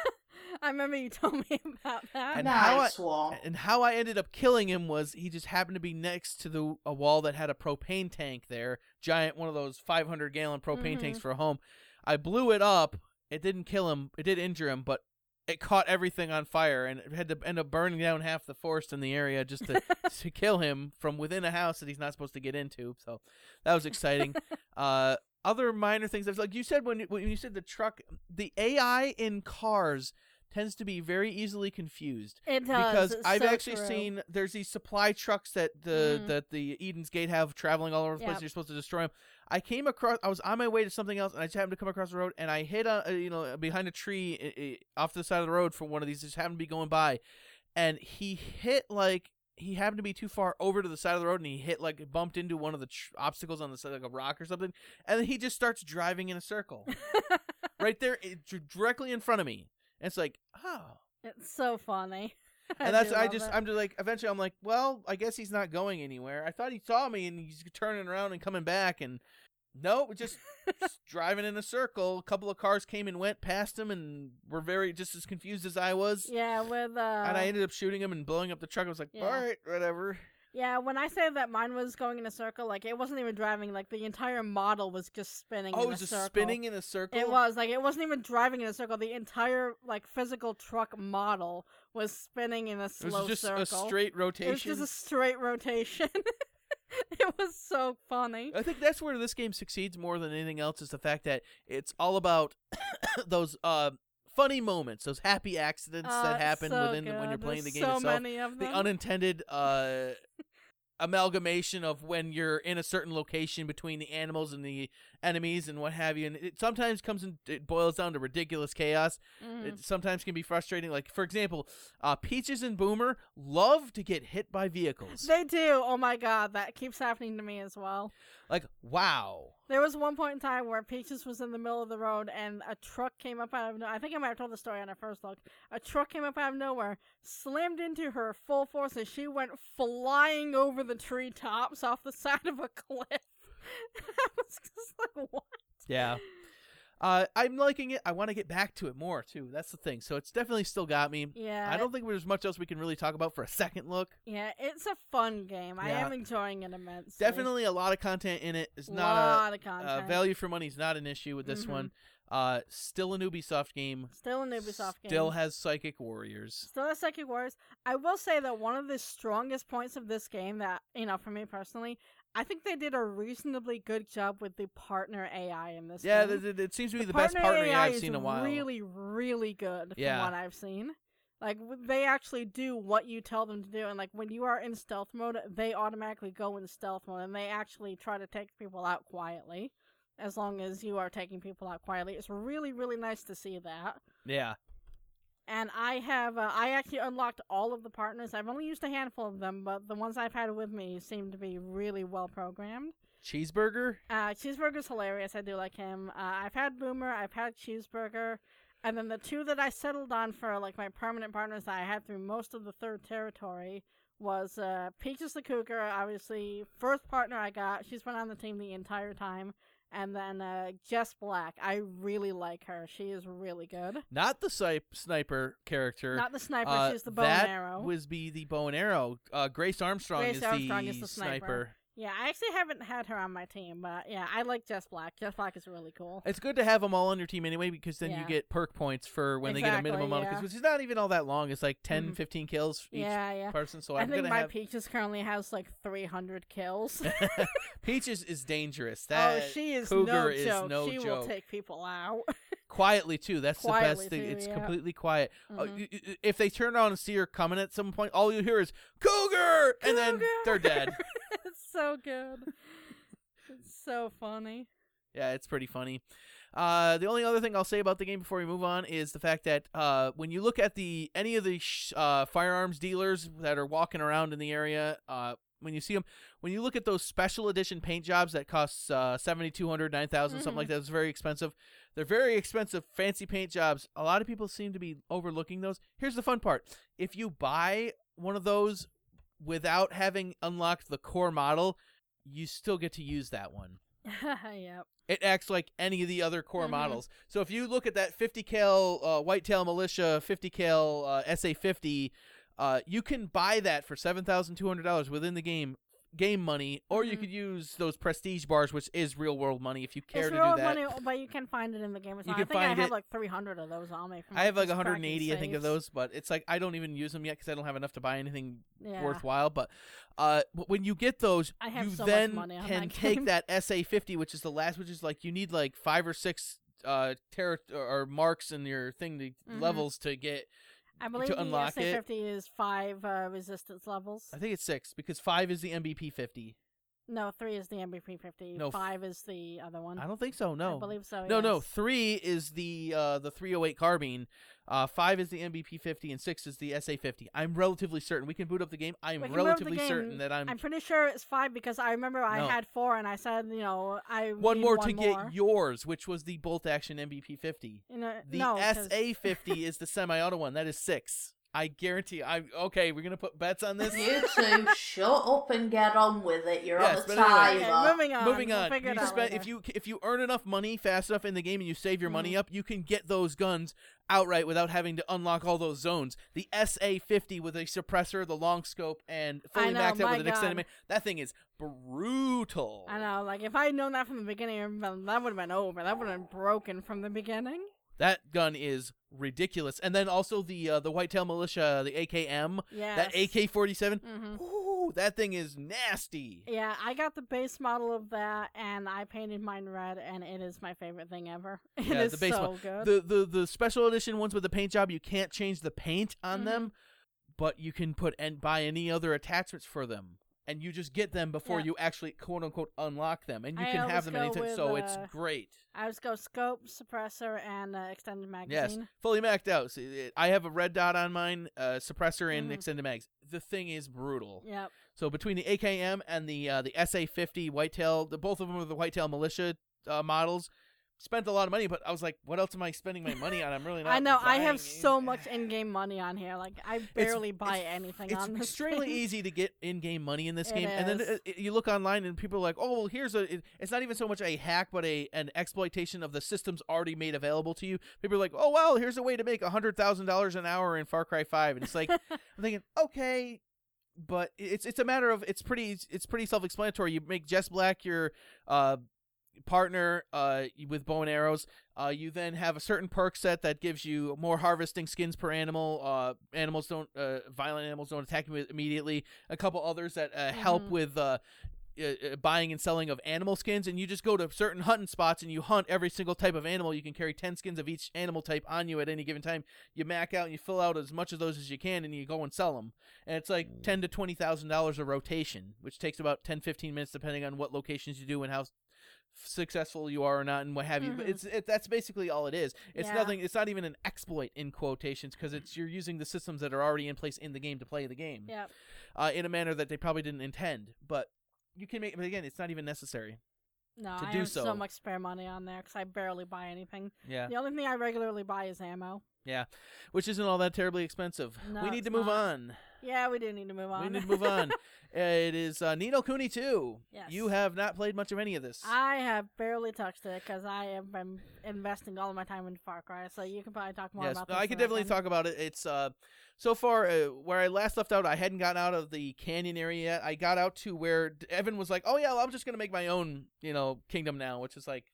B: I remember you told me about that.
A: And how
C: nice one.
A: and how I ended up killing him was he just happened to be next to the a wall that had a propane tank there, giant one of those 500 gallon propane
B: Mhm.
A: tanks for a home. I blew it up. It didn't kill him. It did injure him, but it caught everything on fire and it had to end up burning down half the forest in the area just to, to kill him from within a house that he's not supposed to get into. So that was exciting. uh, other minor things. It's Like you said when when you said the truck, the AI in cars tends to be very easily confused
B: it does
A: because
B: it's
A: I've
B: so
A: actually
B: true.
A: seen there's these supply trucks that the
B: Mhm.
A: that the Eden's Gate have traveling all over the place.
B: Yep.
A: You're supposed to destroy them. I came across. I was on my way to something else, and I just happened to come across the road, and I hit a a- you know behind a tree i- i- off to the side of the road for one of these. Just happened to be going by, and he hit like he happened to be too far over to the side of the road, and he hit like bumped into one of the tr- obstacles on the side like a rock or something, and then he just starts driving in a circle right there i- dr- directly in front of me. And it's like oh
B: It's so funny.
A: and that's
B: do
A: I
B: love
A: just
B: it.
A: I'm just like eventually I'm like, well, I guess he's not going anywhere. I thought he saw me and he's turning around and coming back and no, we're just, just driving in a circle. A couple of cars came and went past him and were very just as confused as I was.
B: yeah with uh
A: And I ended up shooting him and blowing up the truck. I was like,
B: Yeah.
A: all right, whatever.
B: yeah when I say that mine was going in a circle like it wasn't even driving like the entire model was just spinning.
A: Oh,
B: in
A: it was
B: a
A: just
B: circle.
A: spinning in a circle.
B: It was like it wasn't even driving in a circle. The entire like physical truck model was spinning in
A: It
B: a
A: was
B: slow
A: just
B: circle.
A: a straight
B: It was
A: rotation.
B: just a straight rotation. it was so funny.
A: I think that's where this game succeeds more than anything else is the fact that it's all about those uh, funny moments, those happy accidents
B: Uh,
A: that
B: it's
A: happen
B: so
A: within when you're
B: good.
A: playing the game
B: There's so
A: itself.
B: many of
A: The
B: them.
A: unintended uh, amalgamation of when you're in a certain location between the animals and the enemies and what have you, and it sometimes comes and it boils down to ridiculous chaos.
B: Mm.
A: It sometimes can be frustrating. Like for example, uh, Peaches and Boomer love to get hit by vehicles.
B: They do. Oh my god, that keeps happening to me as well.
A: like wow.
B: There was one point in time where Peaches was in the middle of the road and a truck came up out of no I think I might have told the story on our first look. A truck came up out of nowhere, slammed into her full force, and she went flying over the treetops off the side of a cliff. I was just like, what?
A: Yeah. Uh, I'm liking it. I want to get back to it more too. That's the thing. So it's definitely still got me.
B: Yeah.
A: I don't think there's much else we can really talk about for a second look.
B: Yeah, it's a fun game. I
A: Yeah.
B: am enjoying it immensely.
A: Definitely a lot of content in it. It's not
B: lot of
A: a
B: content.
A: uh, value for money is not an issue with this
B: Mhm.
A: one. Uh, still an Ubisoft game.
B: Still an Ubisoft game.
A: Still has Psychic Warriors.
B: Still has Psychic Warriors. I will say that one of the strongest points of this game that, you know, for me personally, I think they did a reasonably good job with the partner AI in this
A: Yeah,
B: game.
A: th- th- it seems to be the, best partner AI I've
B: is
A: seen in a while.
B: really, really good
A: Yeah.
B: from what I've seen. Like, w- they actually do what you tell them to do. And, like, when you are in stealth mode, they automatically go in stealth mode and they actually try to take people out quietly. As long as you are taking people out quietly, it's really, really nice to see that
A: Yeah,
B: and I have uh, I actually unlocked all of the partners. I've only used a handful of them, but the ones I've had with me seem to be really well programmed.
A: cheeseburger.
B: Uh, Cheeseburger's hilarious. I do like him. Uh, I've had Boomer. I've had Cheeseburger, and then the two that I settled on for like my permanent partners that I had through most of the third territory was uh, Peaches the Cougar. Obviously, first partner I got. She's been on the team the entire time. And then uh, Jess Black. I really like her. She is really good.
A: Not the si- sniper character.
B: Not the sniper.
A: Uh,
B: she's the bow
A: that
B: and arrow.
A: Was be the bow and arrow. Uh, Grace Armstrong,
B: Grace
A: is,
B: Armstrong
A: the
B: is the sniper. Yeah, I actually haven't had her on my team, but yeah, I like Jess Black. Jess Black is really cool.
A: It's good to have them all on your team anyway because then you
B: Yeah.
A: get perk points for when they get a
B: Exactly,
A: minimum amount of
B: yeah.
A: kills, which is not even all that long. It's like 10,
B: Mhm.
A: 15 kills each
B: yeah, yeah.
A: person. So
B: I
A: I'm
B: think
A: gonna
B: my
A: have
B: Peaches currently has like 300 kills.
A: Peaches is dangerous. That
B: oh, she is
A: cougar
B: no
A: is
B: joke.
A: no
B: she will
A: joke.
B: take people out.
A: quietly too. That's the
B: Quietly,
A: best thing.
B: too,
A: it's
B: yeah.
A: completely quiet. Uh,
B: Mhm.
A: y- y- if they turn around and see her coming at some point, all you hear is cougar, and then they're dead.
B: Cougar! Mm-hmm. it's so good. it's so funny.
A: Yeah, it's pretty funny. Uh, the only other thing I'll say about the game before we move on is the fact that uh, when you look at the any of the sh- uh, firearms dealers that are walking around in the area, uh, when you see them, when you look at those special edition paint jobs that costs uh, seventy two hundred, nine thousand, something like that, it's very expensive. They're very expensive, fancy paint jobs. A lot of people seem to be overlooking those. Here's the fun part: if you buy one of those without having unlocked the core model, you still get to use that one
B: yep.
A: it acts like any of the other core
B: Mhm.
A: models. So if you look at that 50 cal uh, whitetail militia, 50 cal uh, SA50, uh, you can buy that for seven thousand two hundred dollars within the game game money, or you
B: Mhm.
A: could use those prestige bars, which is real world money if you care
B: It's
A: to
B: real
A: do that.
B: money, but you can find it in the game. It's
A: You
B: not-
A: can
B: I think I
A: find
B: have
A: it-
B: like 300 of those on me. From
A: I have like
B: just cracking
A: 180, I think, of
B: safes.
A: those, but it's like I don't even use them yet because I don't have enough to buy anything
B: Yeah.
A: worthwhile. But uh, w- when you get those,
B: I have
A: you
B: so much
A: then
B: money on
A: can
B: that
A: take
B: game.
A: that SA fifty, which is the last, which is like you need like five or six uh terror or marks in your thing to
B: Mhm.
A: levels to get.
B: I believe the
A: unlock it.
B: SA50 is five uh, resistance levels.
A: I think it's six because five is the MVP fifty.
B: No, three is the MVP 50.
A: No, f-
B: five is the other one.
A: I don't think so. No,
B: I believe so.
A: no, no.
B: yes.
A: Three is the uh the three hundred eight carbine. Uh, five is the MVP fifty, and six is the SA fifty. I'm relatively certain we can boot up the game. I'm
B: We can boot up the
A: relatively
B: game.
A: certain that I'm
B: I'm pretty sure it's five because I remember
A: No.
B: I had four and I said, you know, I
A: one
B: need
A: more
B: one
A: to
B: more.
A: get yours, which was the bolt action MVP fifty.
B: You know,
A: The
B: no, 'cause-
A: SA50 is the semi-auto one. That is six. I guarantee. I okay. We're gonna put bets on this.
C: You two, shut up and get on with it. You're
A: Yes,
C: on the
A: but anyway.
C: timer.
B: Okay, moving on.
A: Moving
B: We'll
A: on.
B: figure it
A: You
B: out
A: spend- if
B: later.
A: you if you earn enough money fast enough in the game and you save your money
B: Mhm.
A: up, you can get those guns outright without having to unlock all those zones. The SA50 with a suppressor, the long scope, and fully
B: know,
A: maxed out
B: my
A: with an extended.
B: God.
A: Man, that thing is brutal.
B: I know, like if I would known that from the beginning, that would have been over. That would have been broken from the beginning.
A: That gun is ridiculous. And then also the uh, the Whitetail Militia, the AKM,
B: Yeah.
A: that AK47.
B: hmm
A: Ooh, that thing is nasty.
B: Yeah, I got the base model of that, and I painted mine red, and it is my favorite thing ever. It is
A: Yeah, the base
B: so
A: model.
B: good.
A: the the the special edition ones with the paint job you can't change the paint on
B: Mhm.
A: them but you can put and buy any other attachments for them and you just get them before
B: Yeah.
A: you actually quote unquote unlock them and you
B: I
A: can have
B: always
A: them
B: go
A: anytime
B: with,
A: so it's
B: uh,
A: great
B: I just go scope, suppressor, and uh, extended
A: yes
B: magazine.
A: fully maxed out So it- i have a red dot on mine uh suppressor and
B: Mhm.
A: extended mags the thing is brutal
B: Yep.
A: so between the akm and the uh the sa50 whitetail the both of them are the whitetail militia uh, models spent a lot of money but i was like what else am i spending my money on i'm really not
B: I know. I
A: buying
B: have so
A: any-
B: much in-game money on here. Like I barely buy
A: it's-
B: anything
A: It's
B: on this.
A: extremely
B: thing.
A: easy to get in-game money in this
B: It
A: game, and then
B: is.
A: uh, uh, you look online and people are like, "Oh, well, here's a." it- It's not even so much a hack, but a an exploitation of the systems already made available to you. People are like, "Oh, well, here's a way to make hundred thousand dollars an hour in Far Cry 5. and it's like I'm thinking, okay, but it's it's a matter of it's pretty it's pretty self-explanatory. You make Jess Black your uh partner uh with bow and arrows. Uh, you then have a certain perk set that gives you more harvesting skins per animal. Uh, animals don't uh, violent animals don't attack you immediately. A couple others that uh, help
B: Mhm.
A: with. Uh, uh, uh, buying and selling of animal skins, and you just go to certain hunting spots and you hunt every single type of animal. You can carry 10 skins of each animal type on you at any given time. You mac out and you fill out as much of those as you can, and you go and sell them. And it's like ten to twenty thousand dollars a rotation, which takes about 10, 15 minutes, depending on what locations you do and how s- successful you are or not, and what have you. But
B: Mhm.
A: it's it, that's basically all it is. It's
B: Yeah.
A: nothing. It's not even an exploit in quotations because it's you're using the systems that are already in place in the game to play the game
B: Yep.
A: uh, in a manner that they probably didn't intend, but. You can make, but again, it's not even necessary.
B: No,
A: To
B: I
A: do
B: have so.
A: so.
B: much spare money on there because I barely buy anything.
A: Yeah,
B: The only thing I regularly buy is ammo.
A: which isn't all that terribly expensive.
B: No,
A: we need to
B: it's
A: move
B: not.
A: on.
B: Yeah, we do need to move on.
A: We need to move on. it is uh, Nino Cooney two.
B: Yes.
A: You have not played much of any of this.
B: I have barely touched it because I have been investing all of my time in Far Cry. So you can probably talk more
A: yes,
B: about.
A: no,
B: this
A: I could
B: than
A: definitely talk about it. It's uh, so far uh, where I last left out. I hadn't gotten out of the canyon area yet. I got out to where D- Evan was like, "Oh yeah, well, I'm just gonna make my own, you know, kingdom now," which is like,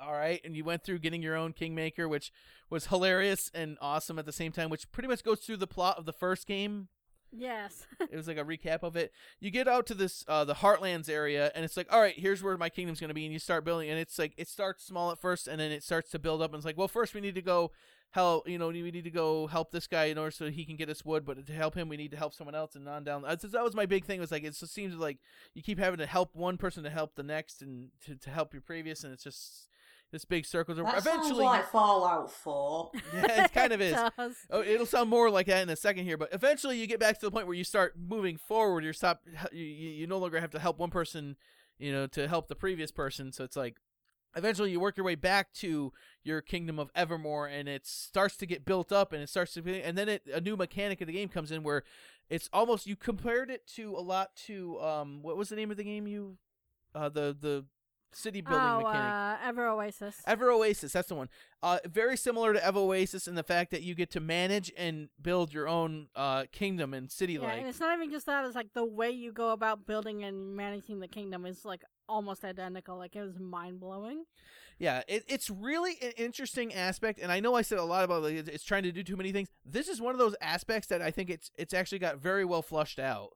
A: all right. And you went through getting your own kingmaker, which was hilarious and awesome at the same time. Which pretty much goes through the plot of the first game.
B: Yes.
A: it was like a recap of it. You get out to this uh the Heartlands area and it's like, all right, here's where my kingdom's gonna be, and you start building and it's like it starts small at first and then it starts to build up and it's like, well first we need to go help you know, we need to go help this guy in order so he can get us wood, but to help him we need to help someone else and on down that's- that was my big thing was like it just seems like you keep having to help one person to help the next and to, to help your previous and it's just this big circles
C: That sounds
A: eventually
C: like Fallout 4.
A: yeah, it kind of is
B: does.
A: Oh, it'll sound more like that in a second here, but eventually you get back to the point where you start moving forward. You stop. You you you no longer have to help one person, you know, to help the previous person. So it's like, eventually you work your way back to your kingdom of Evermore, and it starts to get built up, and it starts to be, and then it, a new mechanic of the game comes in where it's almost you compared it to a lot to um what was the name of the game you, uh the the city building
B: oh,
A: mechanic.
B: uh, Ever Oasis.
A: Ever Oasis, that's the one. Uh, very similar to Ever Oasis in the fact that you get to manage and build your own uh, kingdom and city
B: yeah,
A: like.
B: and it's not even just that. It's like the way you go about building and managing the kingdom is like almost identical. Like it was mind blowing.
A: Yeah, it, it's really an interesting aspect, and I know I said a lot about like, it's, it's trying to do too many things. This is one of those aspects that I think it's it's actually got very well flushed out,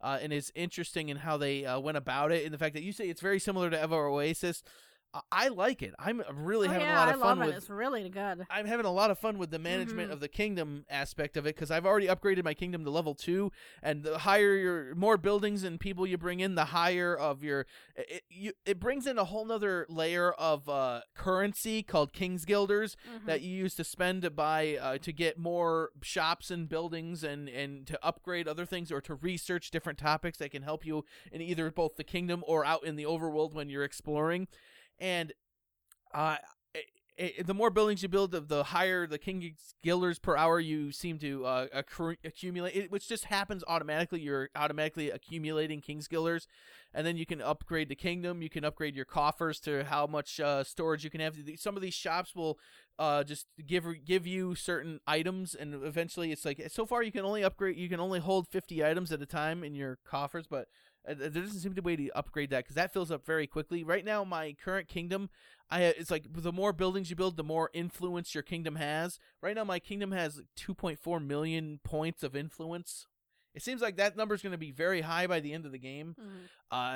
A: uh, and is interesting in how they uh, went about it, and the fact that you say it's very similar to Ever Oasis. I, I like it. I'm I'm really
B: oh,
A: having
B: yeah,
A: a lot
B: I
A: of fun
B: love
A: with
B: it. It's really good.
A: I'm having a lot of fun with the management
B: Mhm.
A: of the kingdom aspect of it because I've already upgraded my kingdom to level two, and the higher your more buildings and people you bring in, the higher of your it it, you, it brings in a whole nother layer of uh, currency called King's Guilders
B: Mm-hmm.
A: that you use to spend to buy uh, to get more shops and buildings and and to upgrade other things or to research different topics that can help you in either both the kingdom or out in the overworld when you're exploring and uh i i the more buildings you build, the, the higher the king's guilders per hour you seem to uh, accru- accumulate, it, which just happens automatically. You're automatically accumulating king's guilders, and then you can upgrade the kingdom. You can upgrade your coffers to how much uh, storage you can have. Th- Some of these shops will uh, just give give you certain items, and eventually it's like so far you can only upgrade. You can only hold fifty items at a time in your coffers, but uh, there doesn't seem to be a way to upgrade that because that fills up very quickly. Right now, my current kingdom, I it's like the more buildings you build, the more influence your kingdom has. Right now, my kingdom has two point four million points of influence. It seems like that number is going to be very high by the end of the game.
B: Mhm.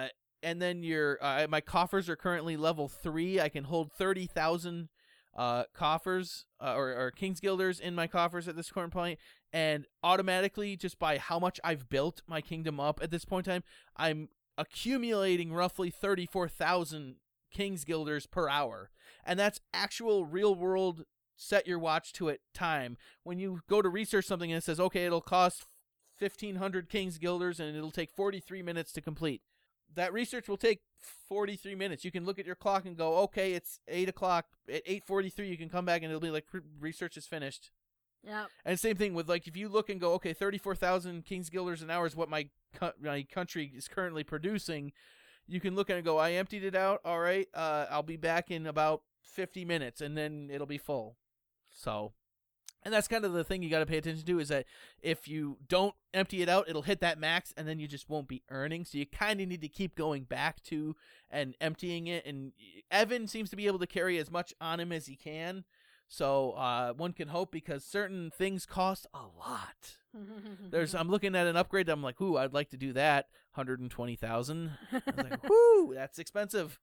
A: Uh, and then your uh, my coffers are currently level three. I can hold thirty thousand uh coffers uh, or or kings guilders in my coffers at this current point, and automatically just by how much I've built my kingdom up at this point in time, I'm accumulating roughly thirty four thousand kings guilders per hour, and that's actual real world set your watch to it time when you go to research something and it says okay it'll cost 1500 kings guilders and it'll take 43 minutes to complete that research will take 43 minutes you can look at your clock and go okay it's 8 o'clock at 8.43 you can come back and it'll be like "Re- research is finished
B: Yep.
A: and same thing with like if you look and go okay 34,000 kings guilders an hour is what my co- my country is currently producing you can look at it and go i emptied it out all right uh, i'll be back in about 50 minutes and then it'll be full so and that's kind of the thing you got to pay attention to is that if you don't empty it out, it'll hit that max and then you just won't be earning. So you kind of need to keep going back to and emptying it. And Evan seems to be able to carry as much on him as he can. So uh, one can hope because certain things cost a lot.
B: Mm-hmm.
A: There's I'm looking at an upgrade. I'm like, ooh, I'd like to do that. Hundred and twenty thousand. I was like, whoo, that's expensive.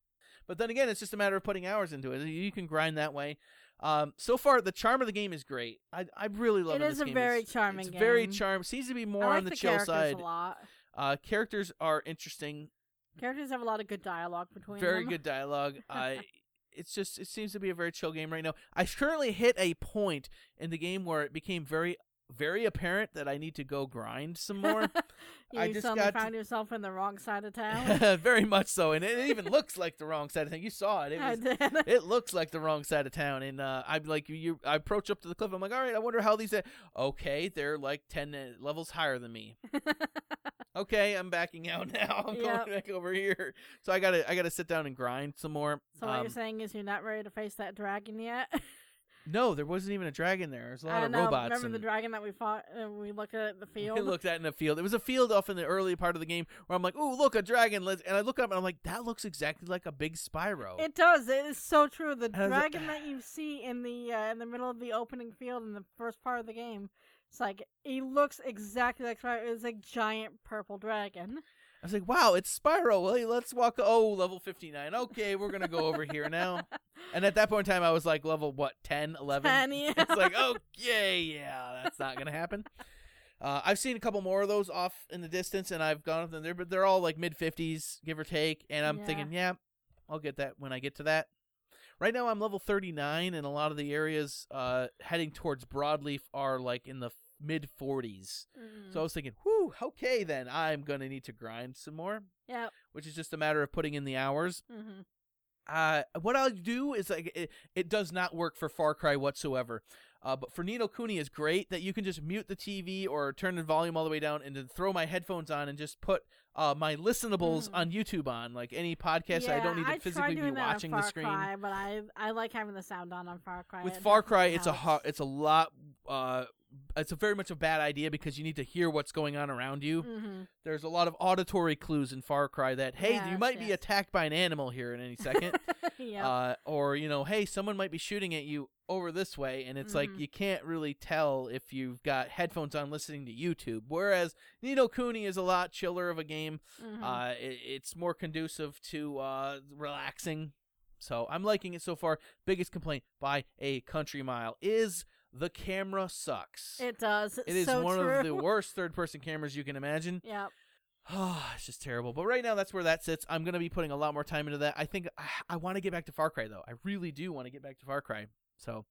A: But then again, it's just a matter of putting hours into it. You can grind that way. Um, so far, the charm of the game is great. I I really love
B: It
A: it.
B: is
A: this
B: a
A: game.
B: very
A: It's-
B: charming
A: It's very
B: game.
A: charm. Seems to be
B: I
A: more
B: like
A: on the,
B: the
A: chill
B: characters
A: side.
B: a lot.
A: Uh, characters are interesting.
B: Characters have a lot of good dialogue between
A: Very
B: them.
A: good dialogue. I. It's just it seems to be a very chill game right now. I currently hit a point in the game where it became very very apparent that I need to go grind some more.
B: you
A: I just
B: suddenly
A: got to-
B: found yourself in the wrong side of town.
A: Very much so, and it even looks like the wrong side of town. You saw it. It,
B: I
A: was,
B: did.
A: it looks like the wrong side of town, and uh, I'm like, you, you. I approach up to the cliff. I'm like, all right, I wonder how these. Are. Okay, they're like ten uh, levels higher than me. Okay, I'm backing out now. I'm
B: Yep.
A: going back over here. So I gotta, I gotta sit down and grind some more.
B: So what
A: Um,
B: you're saying is you're not ready to face that dragon yet?
A: no, there wasn't even a dragon there. There's a lot
B: I
A: of
B: know,
A: robots.
B: Remember
A: and-
B: the dragon that we fought and we looked at it in the field?
A: I looked at in a field. It was a field off in the early part of the game where I'm like, "Oh, look, a dragon!" Let's, and I look up and I'm like, "That looks exactly like a big Spyro."
B: It does. It is so true. The
A: I was like,
B: dragon that you see in the uh, in the middle of the opening field in the first part of the game It's like he looks exactly like Spyro. It's a giant purple dragon.
A: I was like, wow, it's Spyro. Well, hey, let's walk. Oh, level 59. Okay, we're going to go over here now. And at that point in time, I was like, level what, 10, 11?
B: 10, yeah.
A: It's like, okay, yeah, that's not going to happen. Uh, I've seen a couple more of those off in the distance, and I've gone up in there, but they're all like mid 50s, give or take. And I'm
B: Yeah.
A: thinking, yeah, I'll get that when I get to that. Right now, I'm level 39, and a lot of the areas uh, heading towards Broadleaf are like in the mid 40s.
B: Mm.
A: So I was thinking, whew, okay, then I'm going to need to grind some more,
B: yeah.
A: which is just a matter of putting in the hours.
B: hmm
A: Uh, what I'll do is like it, it does not work for Far Cry whatsoever. Uh, but for Nino Cooney is great that you can just mute the TV or turn the volume all the way down and then throw my headphones on and just put uh, my listenables
B: Mm.
A: on YouTube on like any podcast.
B: yeah,
A: I don't need to
B: tried
A: physically be
B: doing that on
A: watching the
B: Far
A: screen.
B: Cry, but I I like having the sound on on Far Cry.
A: With
B: It
A: Far
B: definitely
A: Cry, it's a
B: helps.
A: ho- it's a lot. Uh, it's a very much a bad idea because you need to hear what's going on around you.
B: Mhm.
A: There's a lot of auditory clues in Far Cry that hey, you
B: Yes,
A: might be
B: yes.
A: attacked by an animal here in any second.
B: Yep.
A: uh, or you know, hey, someone might be shooting at you over this way, and it's like
B: Mhm.
A: you can't really tell if you've got headphones on listening to YouTube. Whereas Nino Cooney is a lot chiller of a game.
B: Mhm.
A: Uh, it, it's more conducive to uh, relaxing. So I'm liking it so far. Biggest complaint by a country mile is the camera sucks.
B: it does. It's
A: it is
B: so
A: one
B: true.
A: of the worst third-person cameras you can imagine.
B: Yep.
A: Oh, it's just terrible. But right now, that's where that sits. I'm gonna be putting a lot more time into that. I think I, I want to get back to Far Cry though. I really do want to get back to Far Cry. So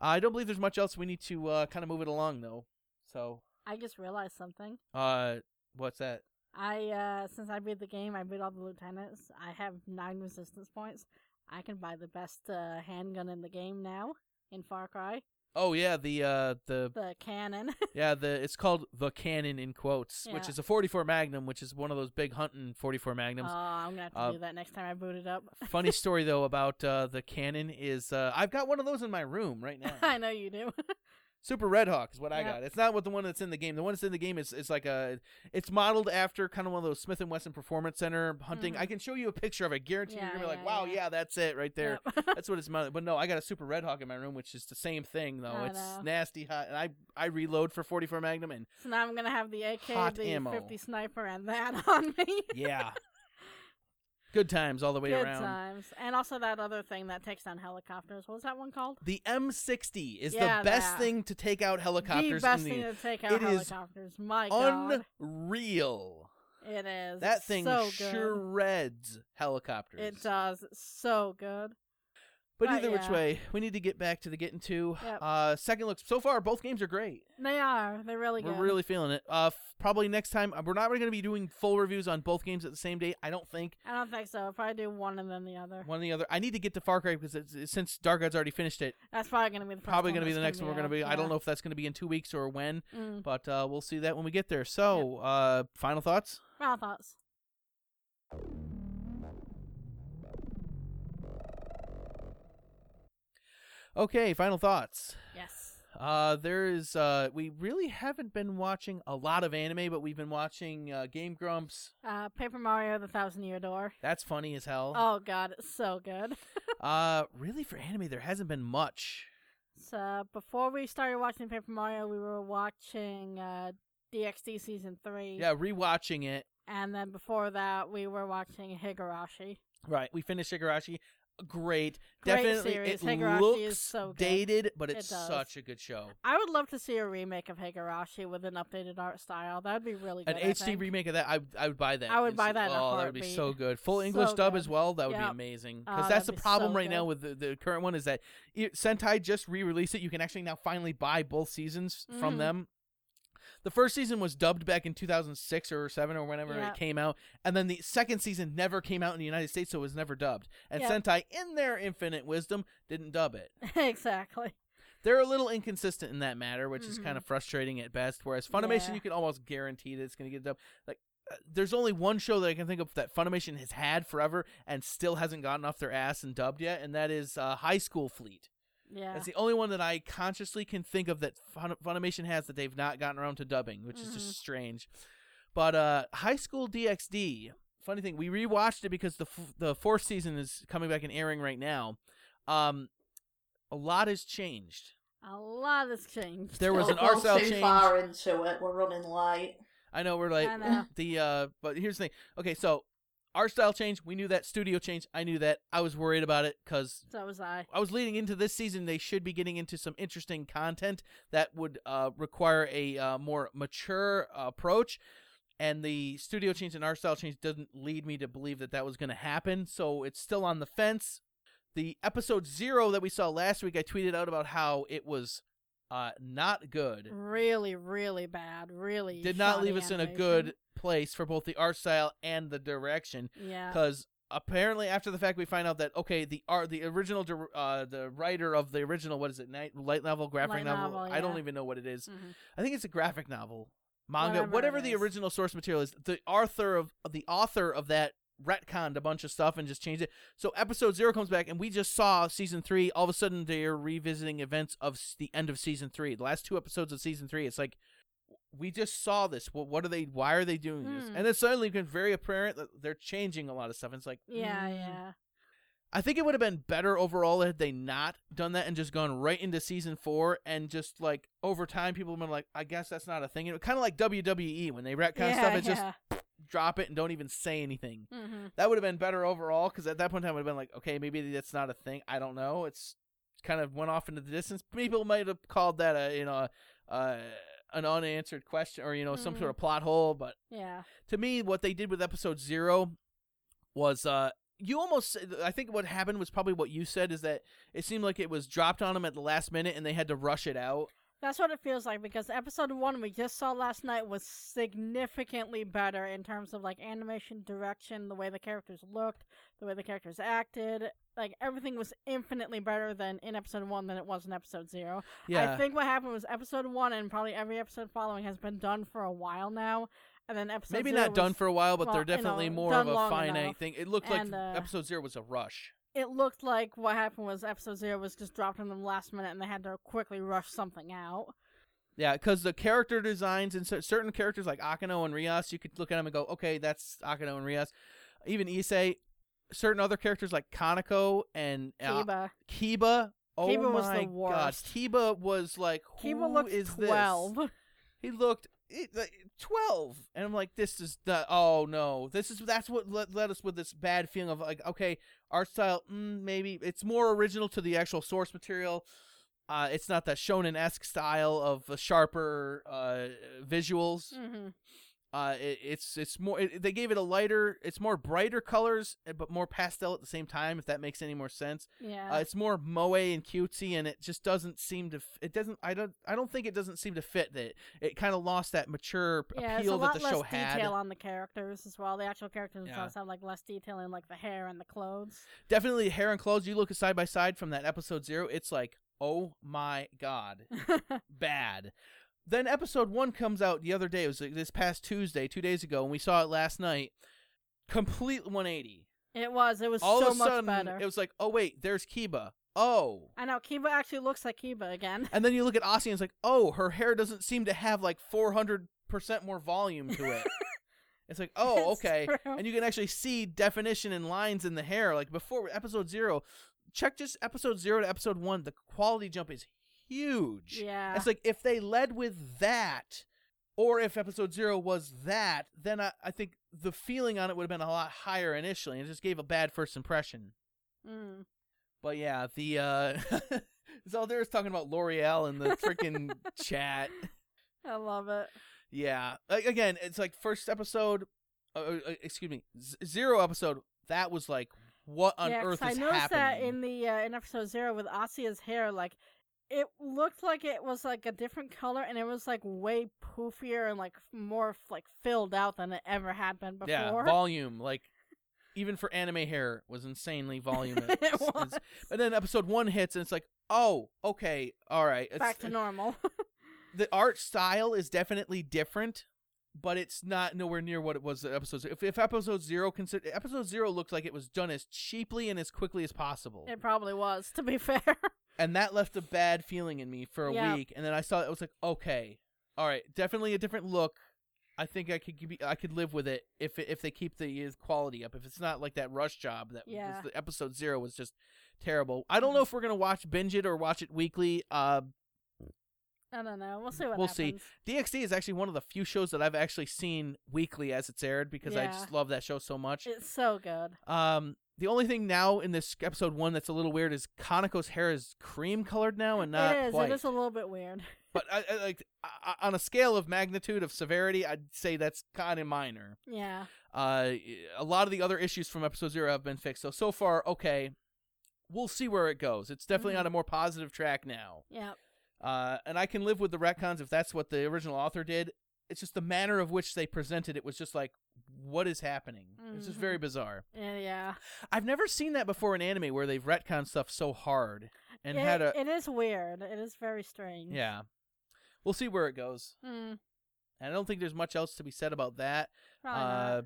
A: I don't believe there's much else we need to uh, kind of move it along though. So
B: I just realized something.
A: uh, what's that?
B: I uh since I beat the game, I beat all the lieutenants. I have nine resistance points. I can buy the best uh, handgun in the game now in Far Cry,
A: Oh yeah, the uh, the
B: the cannon.
A: yeah the it's called the cannon in quotes, which
B: Yeah.
A: is a 44 Magnum, which is one of those big hunting 44
B: oh,
A: Magnums.
B: I'm gonna have to
A: Uh,
B: do that next time I boot it up.
A: Funny story though about uh, the cannon is uh, I've got one of those in my room right now.
B: I know you do.
A: Super Red Hawk is what I
B: Yep.
A: got. It's not what the one that's in the game. The one that's in the game is it's like a it's modeled after kind of one of those Smith and Wesson Performance Center hunting.
B: Mhm.
A: I can show you a picture of it. Guarantee
B: Yeah,
A: you're gonna be
B: yeah,
A: like, wow,
B: yeah.
A: yeah. that's it right there.
B: Yep.
A: That's what it's modeled. But no, I got a Super Red Hawk in my room, which is the same thing though.
B: I
A: it's
B: know.
A: nasty hot, and I I reload for 44 Magnum, and
B: so now I'm gonna have the AK,
A: Hot
B: the
A: ammo.
B: 50 sniper, and that on me.
A: yeah, good times all the way
B: Good
A: around.
B: times. And also that other thing that takes down helicopters. What was that one called?
A: The M60 is
B: Yeah,
A: the best
B: that.
A: thing to take out helicopters
B: the best
A: in
B: thing
A: the
B: to take out
A: it is
B: helicopters. My God,
A: unreal.
B: it is.
A: That
B: It's
A: thing
B: so good.
A: shreds helicopters.
B: It does It's so good.
A: But
B: But
A: either which
B: yeah.
A: way, we need to get back to the getting to.
B: Yep.
A: Uh, second look. So far, both games are great.
B: They are. They're really
A: we're
B: good.
A: really feeling it. Uh, f- probably next time uh, we're not really going to be doing full reviews on both games at the same day. I don't think
B: I don't think so. If I do one and then the other,
A: one or the other. I need to get to Far Cry because it's, it's- since Dark God's already finished it,
B: that's probably gonna be the first
A: probably
B: going to
A: be the next one we're going to be. I don't know if that's going to be in two weeks or when,
B: Mm.
A: but uh, we'll see that when we get there. So, uh, final thoughts.
B: Final thoughts.
A: Okay, final thoughts.
B: Yes.
A: Uh, there is uh, we really haven't been watching a lot of anime, but we've been watching uh, Game Grumps.
B: Uh, Paper Mario: The Thousand Year Door.
A: That's funny as hell.
B: Oh God, it's so good.
A: Uh, really, for anime, there hasn't been much.
B: So before we started watching Paper Mario, we were watching uh, DxD season three.
A: Yeah, rewatching it.
B: And then before that, we were watching Higurashi.
A: Right, we finished Higurashi. Great,
B: Great
A: definitely.
B: series.
A: It
B: Higurashi
A: looks
B: is so good.
A: dated, but
B: It
A: it's
B: does.
A: such a good show.
B: I would love to see a remake of Higurashi with an updated art style. That'd be really
A: An
B: good. I
A: HD
B: think.
A: remake of that, I I would buy that.
B: I would buy
A: instantly.
B: that in a
A: Oh, that would be so
B: heartbeat.
A: good. Full
B: So
A: English dub
B: good.
A: as well. That would
B: Yep.
A: be amazing
B: Oh,
A: because
B: that'd
A: that's the
B: be so
A: problem right
B: good.
A: now with the, the current one is that it, Sentai just re-released it. You can actually now finally buy both seasons
B: Mhm.
A: from them. The first season was dubbed back in 2006 or 7 or whenever
B: Yep.
A: it came out, and then the second season never came out in the United States, so it was never dubbed. And
B: Yep.
A: Sentai, in their infinite wisdom, didn't dub it.
B: exactly.
A: They're a little inconsistent in that matter, which is
B: Mhm.
A: kind of frustrating at best. Whereas Funimation,
B: Yeah.
A: you can almost guarantee that it's going to get dubbed. Like, uh, there's only one show that I can think of that Funimation has had forever and still hasn't gotten off their ass and dubbed yet, and that is uh, High School Fleet.
B: Yeah.
A: That's the only one that I consciously can think of that Fun- Funimation has that they've not gotten around to dubbing, which is
B: Mhm.
A: just strange. But uh, High School DxD, funny thing, we rewatched it because the f- the fourth season is coming back and airing right now. Um, a lot has changed
B: A lot has changed.
A: There was
C: We're
A: an RSL
C: too
A: change.
C: far into it. We're running late.
A: I know we're like
B: I know.
A: the uh but here's the thing. Okay, so our style change, we knew that studio change, I knew that. I was worried about it cuz
B: So was I.
A: I was leading into this season they should be getting into some interesting content that would uh require a uh, more mature uh, approach and the studio change and our style change doesn't lead me to believe that that was going to happen. So it's still on the fence. The episode 0 that we saw last week I tweeted out about how it was uh not good
B: Really, really bad. Really
A: did not
B: shoddy
A: leave us in a
B: animation.
A: good place for both the art style and the direction
B: Yeah.
A: because apparently after the fact we find out that okay the art the original dir- uh the writer of the original what is it night light novel graphic
B: Light
A: novel,
B: novel,
A: i don't
B: yeah.
A: even know what it is
B: Mhm.
A: i think it's a graphic novel manga
B: Whatever
A: whatever,
B: it
A: the
B: is.
A: original source material is the author of the author of that retconned a bunch of stuff and just changed it so episode zero comes back and we just saw season three all of a sudden they're revisiting events of s- the end of season three the last two episodes of season three it's like we just saw this. What, what are they? Why are they doing this?
B: Hmm.
A: And it's suddenly became very apparent that they're changing a lot of stuff. And it's like,
B: Yeah,
A: mm.
B: yeah.
A: I think it would have been better overall had they not done that and just gone right into season four and just like over time, people have been like, I guess that's not a thing. You know, kind of like WWE when they retcon
B: yeah,
A: stuff, it's
B: yeah.
A: just drop it and don't even say anything.
B: Mhm.
A: That would have been better overall because at that point in time, would have been like, okay, maybe that's not a thing. I don't know. It's kind of went off into the distance. People might have called that a you know uh, an unanswered question or you know some
B: Mhm.
A: sort of plot hole. But
B: Yeah.
A: to me, what they did with episode zero was uh, you almost. I think what happened was probably what you said is that it seemed like it was dropped on them at the last minute and they had to rush it out.
B: That's what it feels like because episode one we just saw last night was significantly better in terms of like animation direction, the way the characters looked, the way the characters acted. Like everything was infinitely better than in episode one than it was in episode zero.
A: Yeah,
B: I think what happened was episode one and probably every episode following has been done for a while now, and then episode
A: maybe
B: zero
A: not done
B: was-
A: for a while, but
B: well,
A: they're
B: you know,
A: definitely more
B: done
A: of a
B: long
A: finite
B: enough.
A: thing. It looked
B: And, uh,
A: like episode zero was a rush.
B: it looked like what happened was episode zero was just dropped in the last minute and they had to quickly rush something out.
A: Yeah, because the character designs and cer- certain characters like Akano and Rias, you could look at them and go, okay, that's Akano and Rias. Even Issei, certain other characters like Kanako and uh,
B: Kiba.
A: Kiba. Oh
B: Kiba was
A: my
B: the
A: God,
B: worst.
A: Kiba was like, who
B: Kiba looked
A: is
B: twelve.
A: this? He looked it, like, twelve, and I'm like, this is the oh no, this is that's what led, led us with this bad feeling of like, okay, art style, mm, maybe it's more original to the actual source material. Uh, it's not that shonen esque style of uh, sharper uh, visuals.
B: hmm
A: Uh, it, it's it's more. It, they gave it a lighter. It's more brighter colors, uh, but more pastel at the same time. If that makes any more sense.
B: Yeah.
A: Uh, it's more moe and cutesy, and it just doesn't seem to. F- it doesn't. I don't. I don't think it doesn't seem to fit that. It kind of lost that mature p-
B: yeah, it's a
A: appeal that
B: lot
A: the
B: less
A: show had.
B: detail on the characters as well. The actual characters
A: Yeah.
B: themselves have like less detail in like the hair and the clothes.
A: Definitely hair and clothes. You look side by side from that episode zero. It's like, oh my god, bad. Then episode one comes out the other day. It was like, this past Tuesday, two days ago, and we saw it last night. Complete 180.
B: it was. It was
A: All
B: so
A: of a
B: much
A: sudden,
B: better.
A: it was like, oh wait, there's Kiba. Oh.
B: I know Kiba actually looks like Kiba again.
A: And then you look at Aussie and it's like, oh, her hair doesn't seem to have like 400% more volume to it. it's like, oh,
B: It's
A: okay.
B: true.
A: And you can actually see definition and lines in the hair. Like before episode zero, check just episode zero to episode one. The quality jump is huge.
B: yeah.
A: It's like if they led with that, or if episode zero was that, then I, I think the feeling on it would have been a lot higher initially. And it just gave a bad first impression.
B: Mm.
A: But yeah, the uh so there was talking about L'Oreal in the freaking chat.
B: I love it.
A: Yeah. A- Again, it's like first episode uh, uh, excuse me, z- zero episode, that was like what on
B: yeah, 'cause
A: earth
B: I
A: is
B: noticed that
A: happening?
B: in the uh, in episode zero with Asia's hair, like it looked like it was like a different color, and it was like way poofier and like more like filled out than it ever had been before.
A: yeah, volume like even for anime hair was insanely voluminous.
B: It
A: It's-
B: was.
A: But then episode 1 hits and it's like, "Oh, okay. All right. It's,
B: Back to normal.
A: the art style is definitely different, but it's not nowhere near what it was at episode zero. If, if episode zero consider episode zero looked like it was done as cheaply and as quickly as possible,
B: it probably was, to be fair.
A: and that left a bad feeling in me for a
B: Yeah.
A: week. And then I saw it I was like, okay, all right, definitely a different look. I think I could be, I could live with it if it- if they keep the uh, quality up. If it's not like that rush job that
B: Yeah.
A: was
B: Mm-hmm.
A: the episode zero was just terrible. I don't know if we're gonna watch binge it or watch it weekly. Uh,
B: I don't know. We'll see what
A: We'll see.
B: happens.
A: DxD is actually one of the few shows that I've actually seen weekly as it's aired because I
B: Yeah.
A: just love that show so much.
B: It's so good.
A: Um, the only thing now in this episode one that's a little weird is Kaneko's hair is cream colored now and not
B: it is.
A: white.
B: It is a little bit weird.
A: but I, I, like I, I- on a scale of magnitude of severity, I'd say that's kind of minor.
B: Yeah.
A: Uh, a lot of the other issues from episode zero have been fixed. So so far, okay. We'll see where it goes. It's definitely
B: Mhm.
A: on a more positive track now.
B: Yeah.
A: Uh, and I can live with the retcons if that's what the original author did. It's just the manner of which they presented it was just like, what is happening? It's just
B: Mhm.
A: very bizarre.
B: Yeah. yeah.
A: I've never seen that before in anime where they've retconned stuff so hard and
B: It-
A: had a
B: it is weird. It is very strange.
A: yeah. We'll see where it goes.
B: Hmm,
A: And I don't think there's much else to be said about that.
B: probably
A: uh,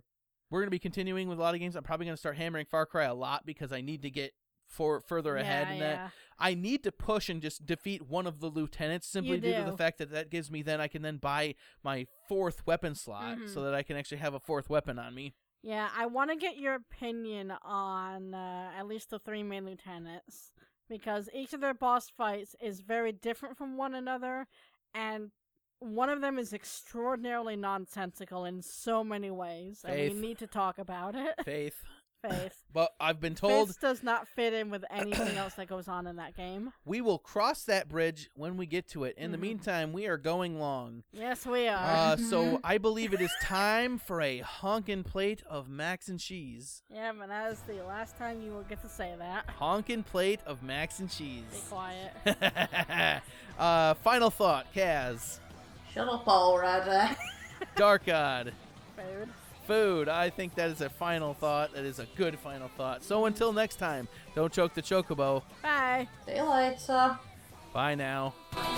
A: we're gonna be continuing with a lot of games. I'm probably gonna start hammering Far Cry a lot because I need to get for further
B: not.
A: ahead
B: yeah,
A: in that.
B: yeah.
A: I need to push and just defeat one of the lieutenants simply
B: You
A: due to the
B: do.
A: fact that that gives me then I can then buy my fourth weapon slot
B: Mhm.
A: so that I can actually have a fourth weapon on me.
B: Yeah, I want to get your opinion on uh, at least the three main lieutenants because each of their boss fights is very different from one another, and one of them is extraordinarily nonsensical in so many ways,
A: Faith.
B: and we need to talk about it.
A: Faith,
B: Faith.
A: but I've been told
B: Faith does not fit in with anything else that goes on in that game.
A: we will cross that bridge when we get to it. In the
B: Mhm.
A: meantime, we are going long.
B: Yes, we are.
A: Uh, so
C: Mhm.
A: I believe it is time for a honkin' plate of macs and cheese.
B: yeah, but that is the last time you will get to say that.
A: Honkin' plate of macs and
B: Be
A: cheese.
B: quiet.
A: uh, final thought, Kaz,
C: Shut up already.
A: Dark God.
B: Food.
A: food. I think that is a final thought. That is a good final thought. So until next time, don't choke the chocobo.
B: Bye.
C: See you later.
A: Bye now.
D: Bye.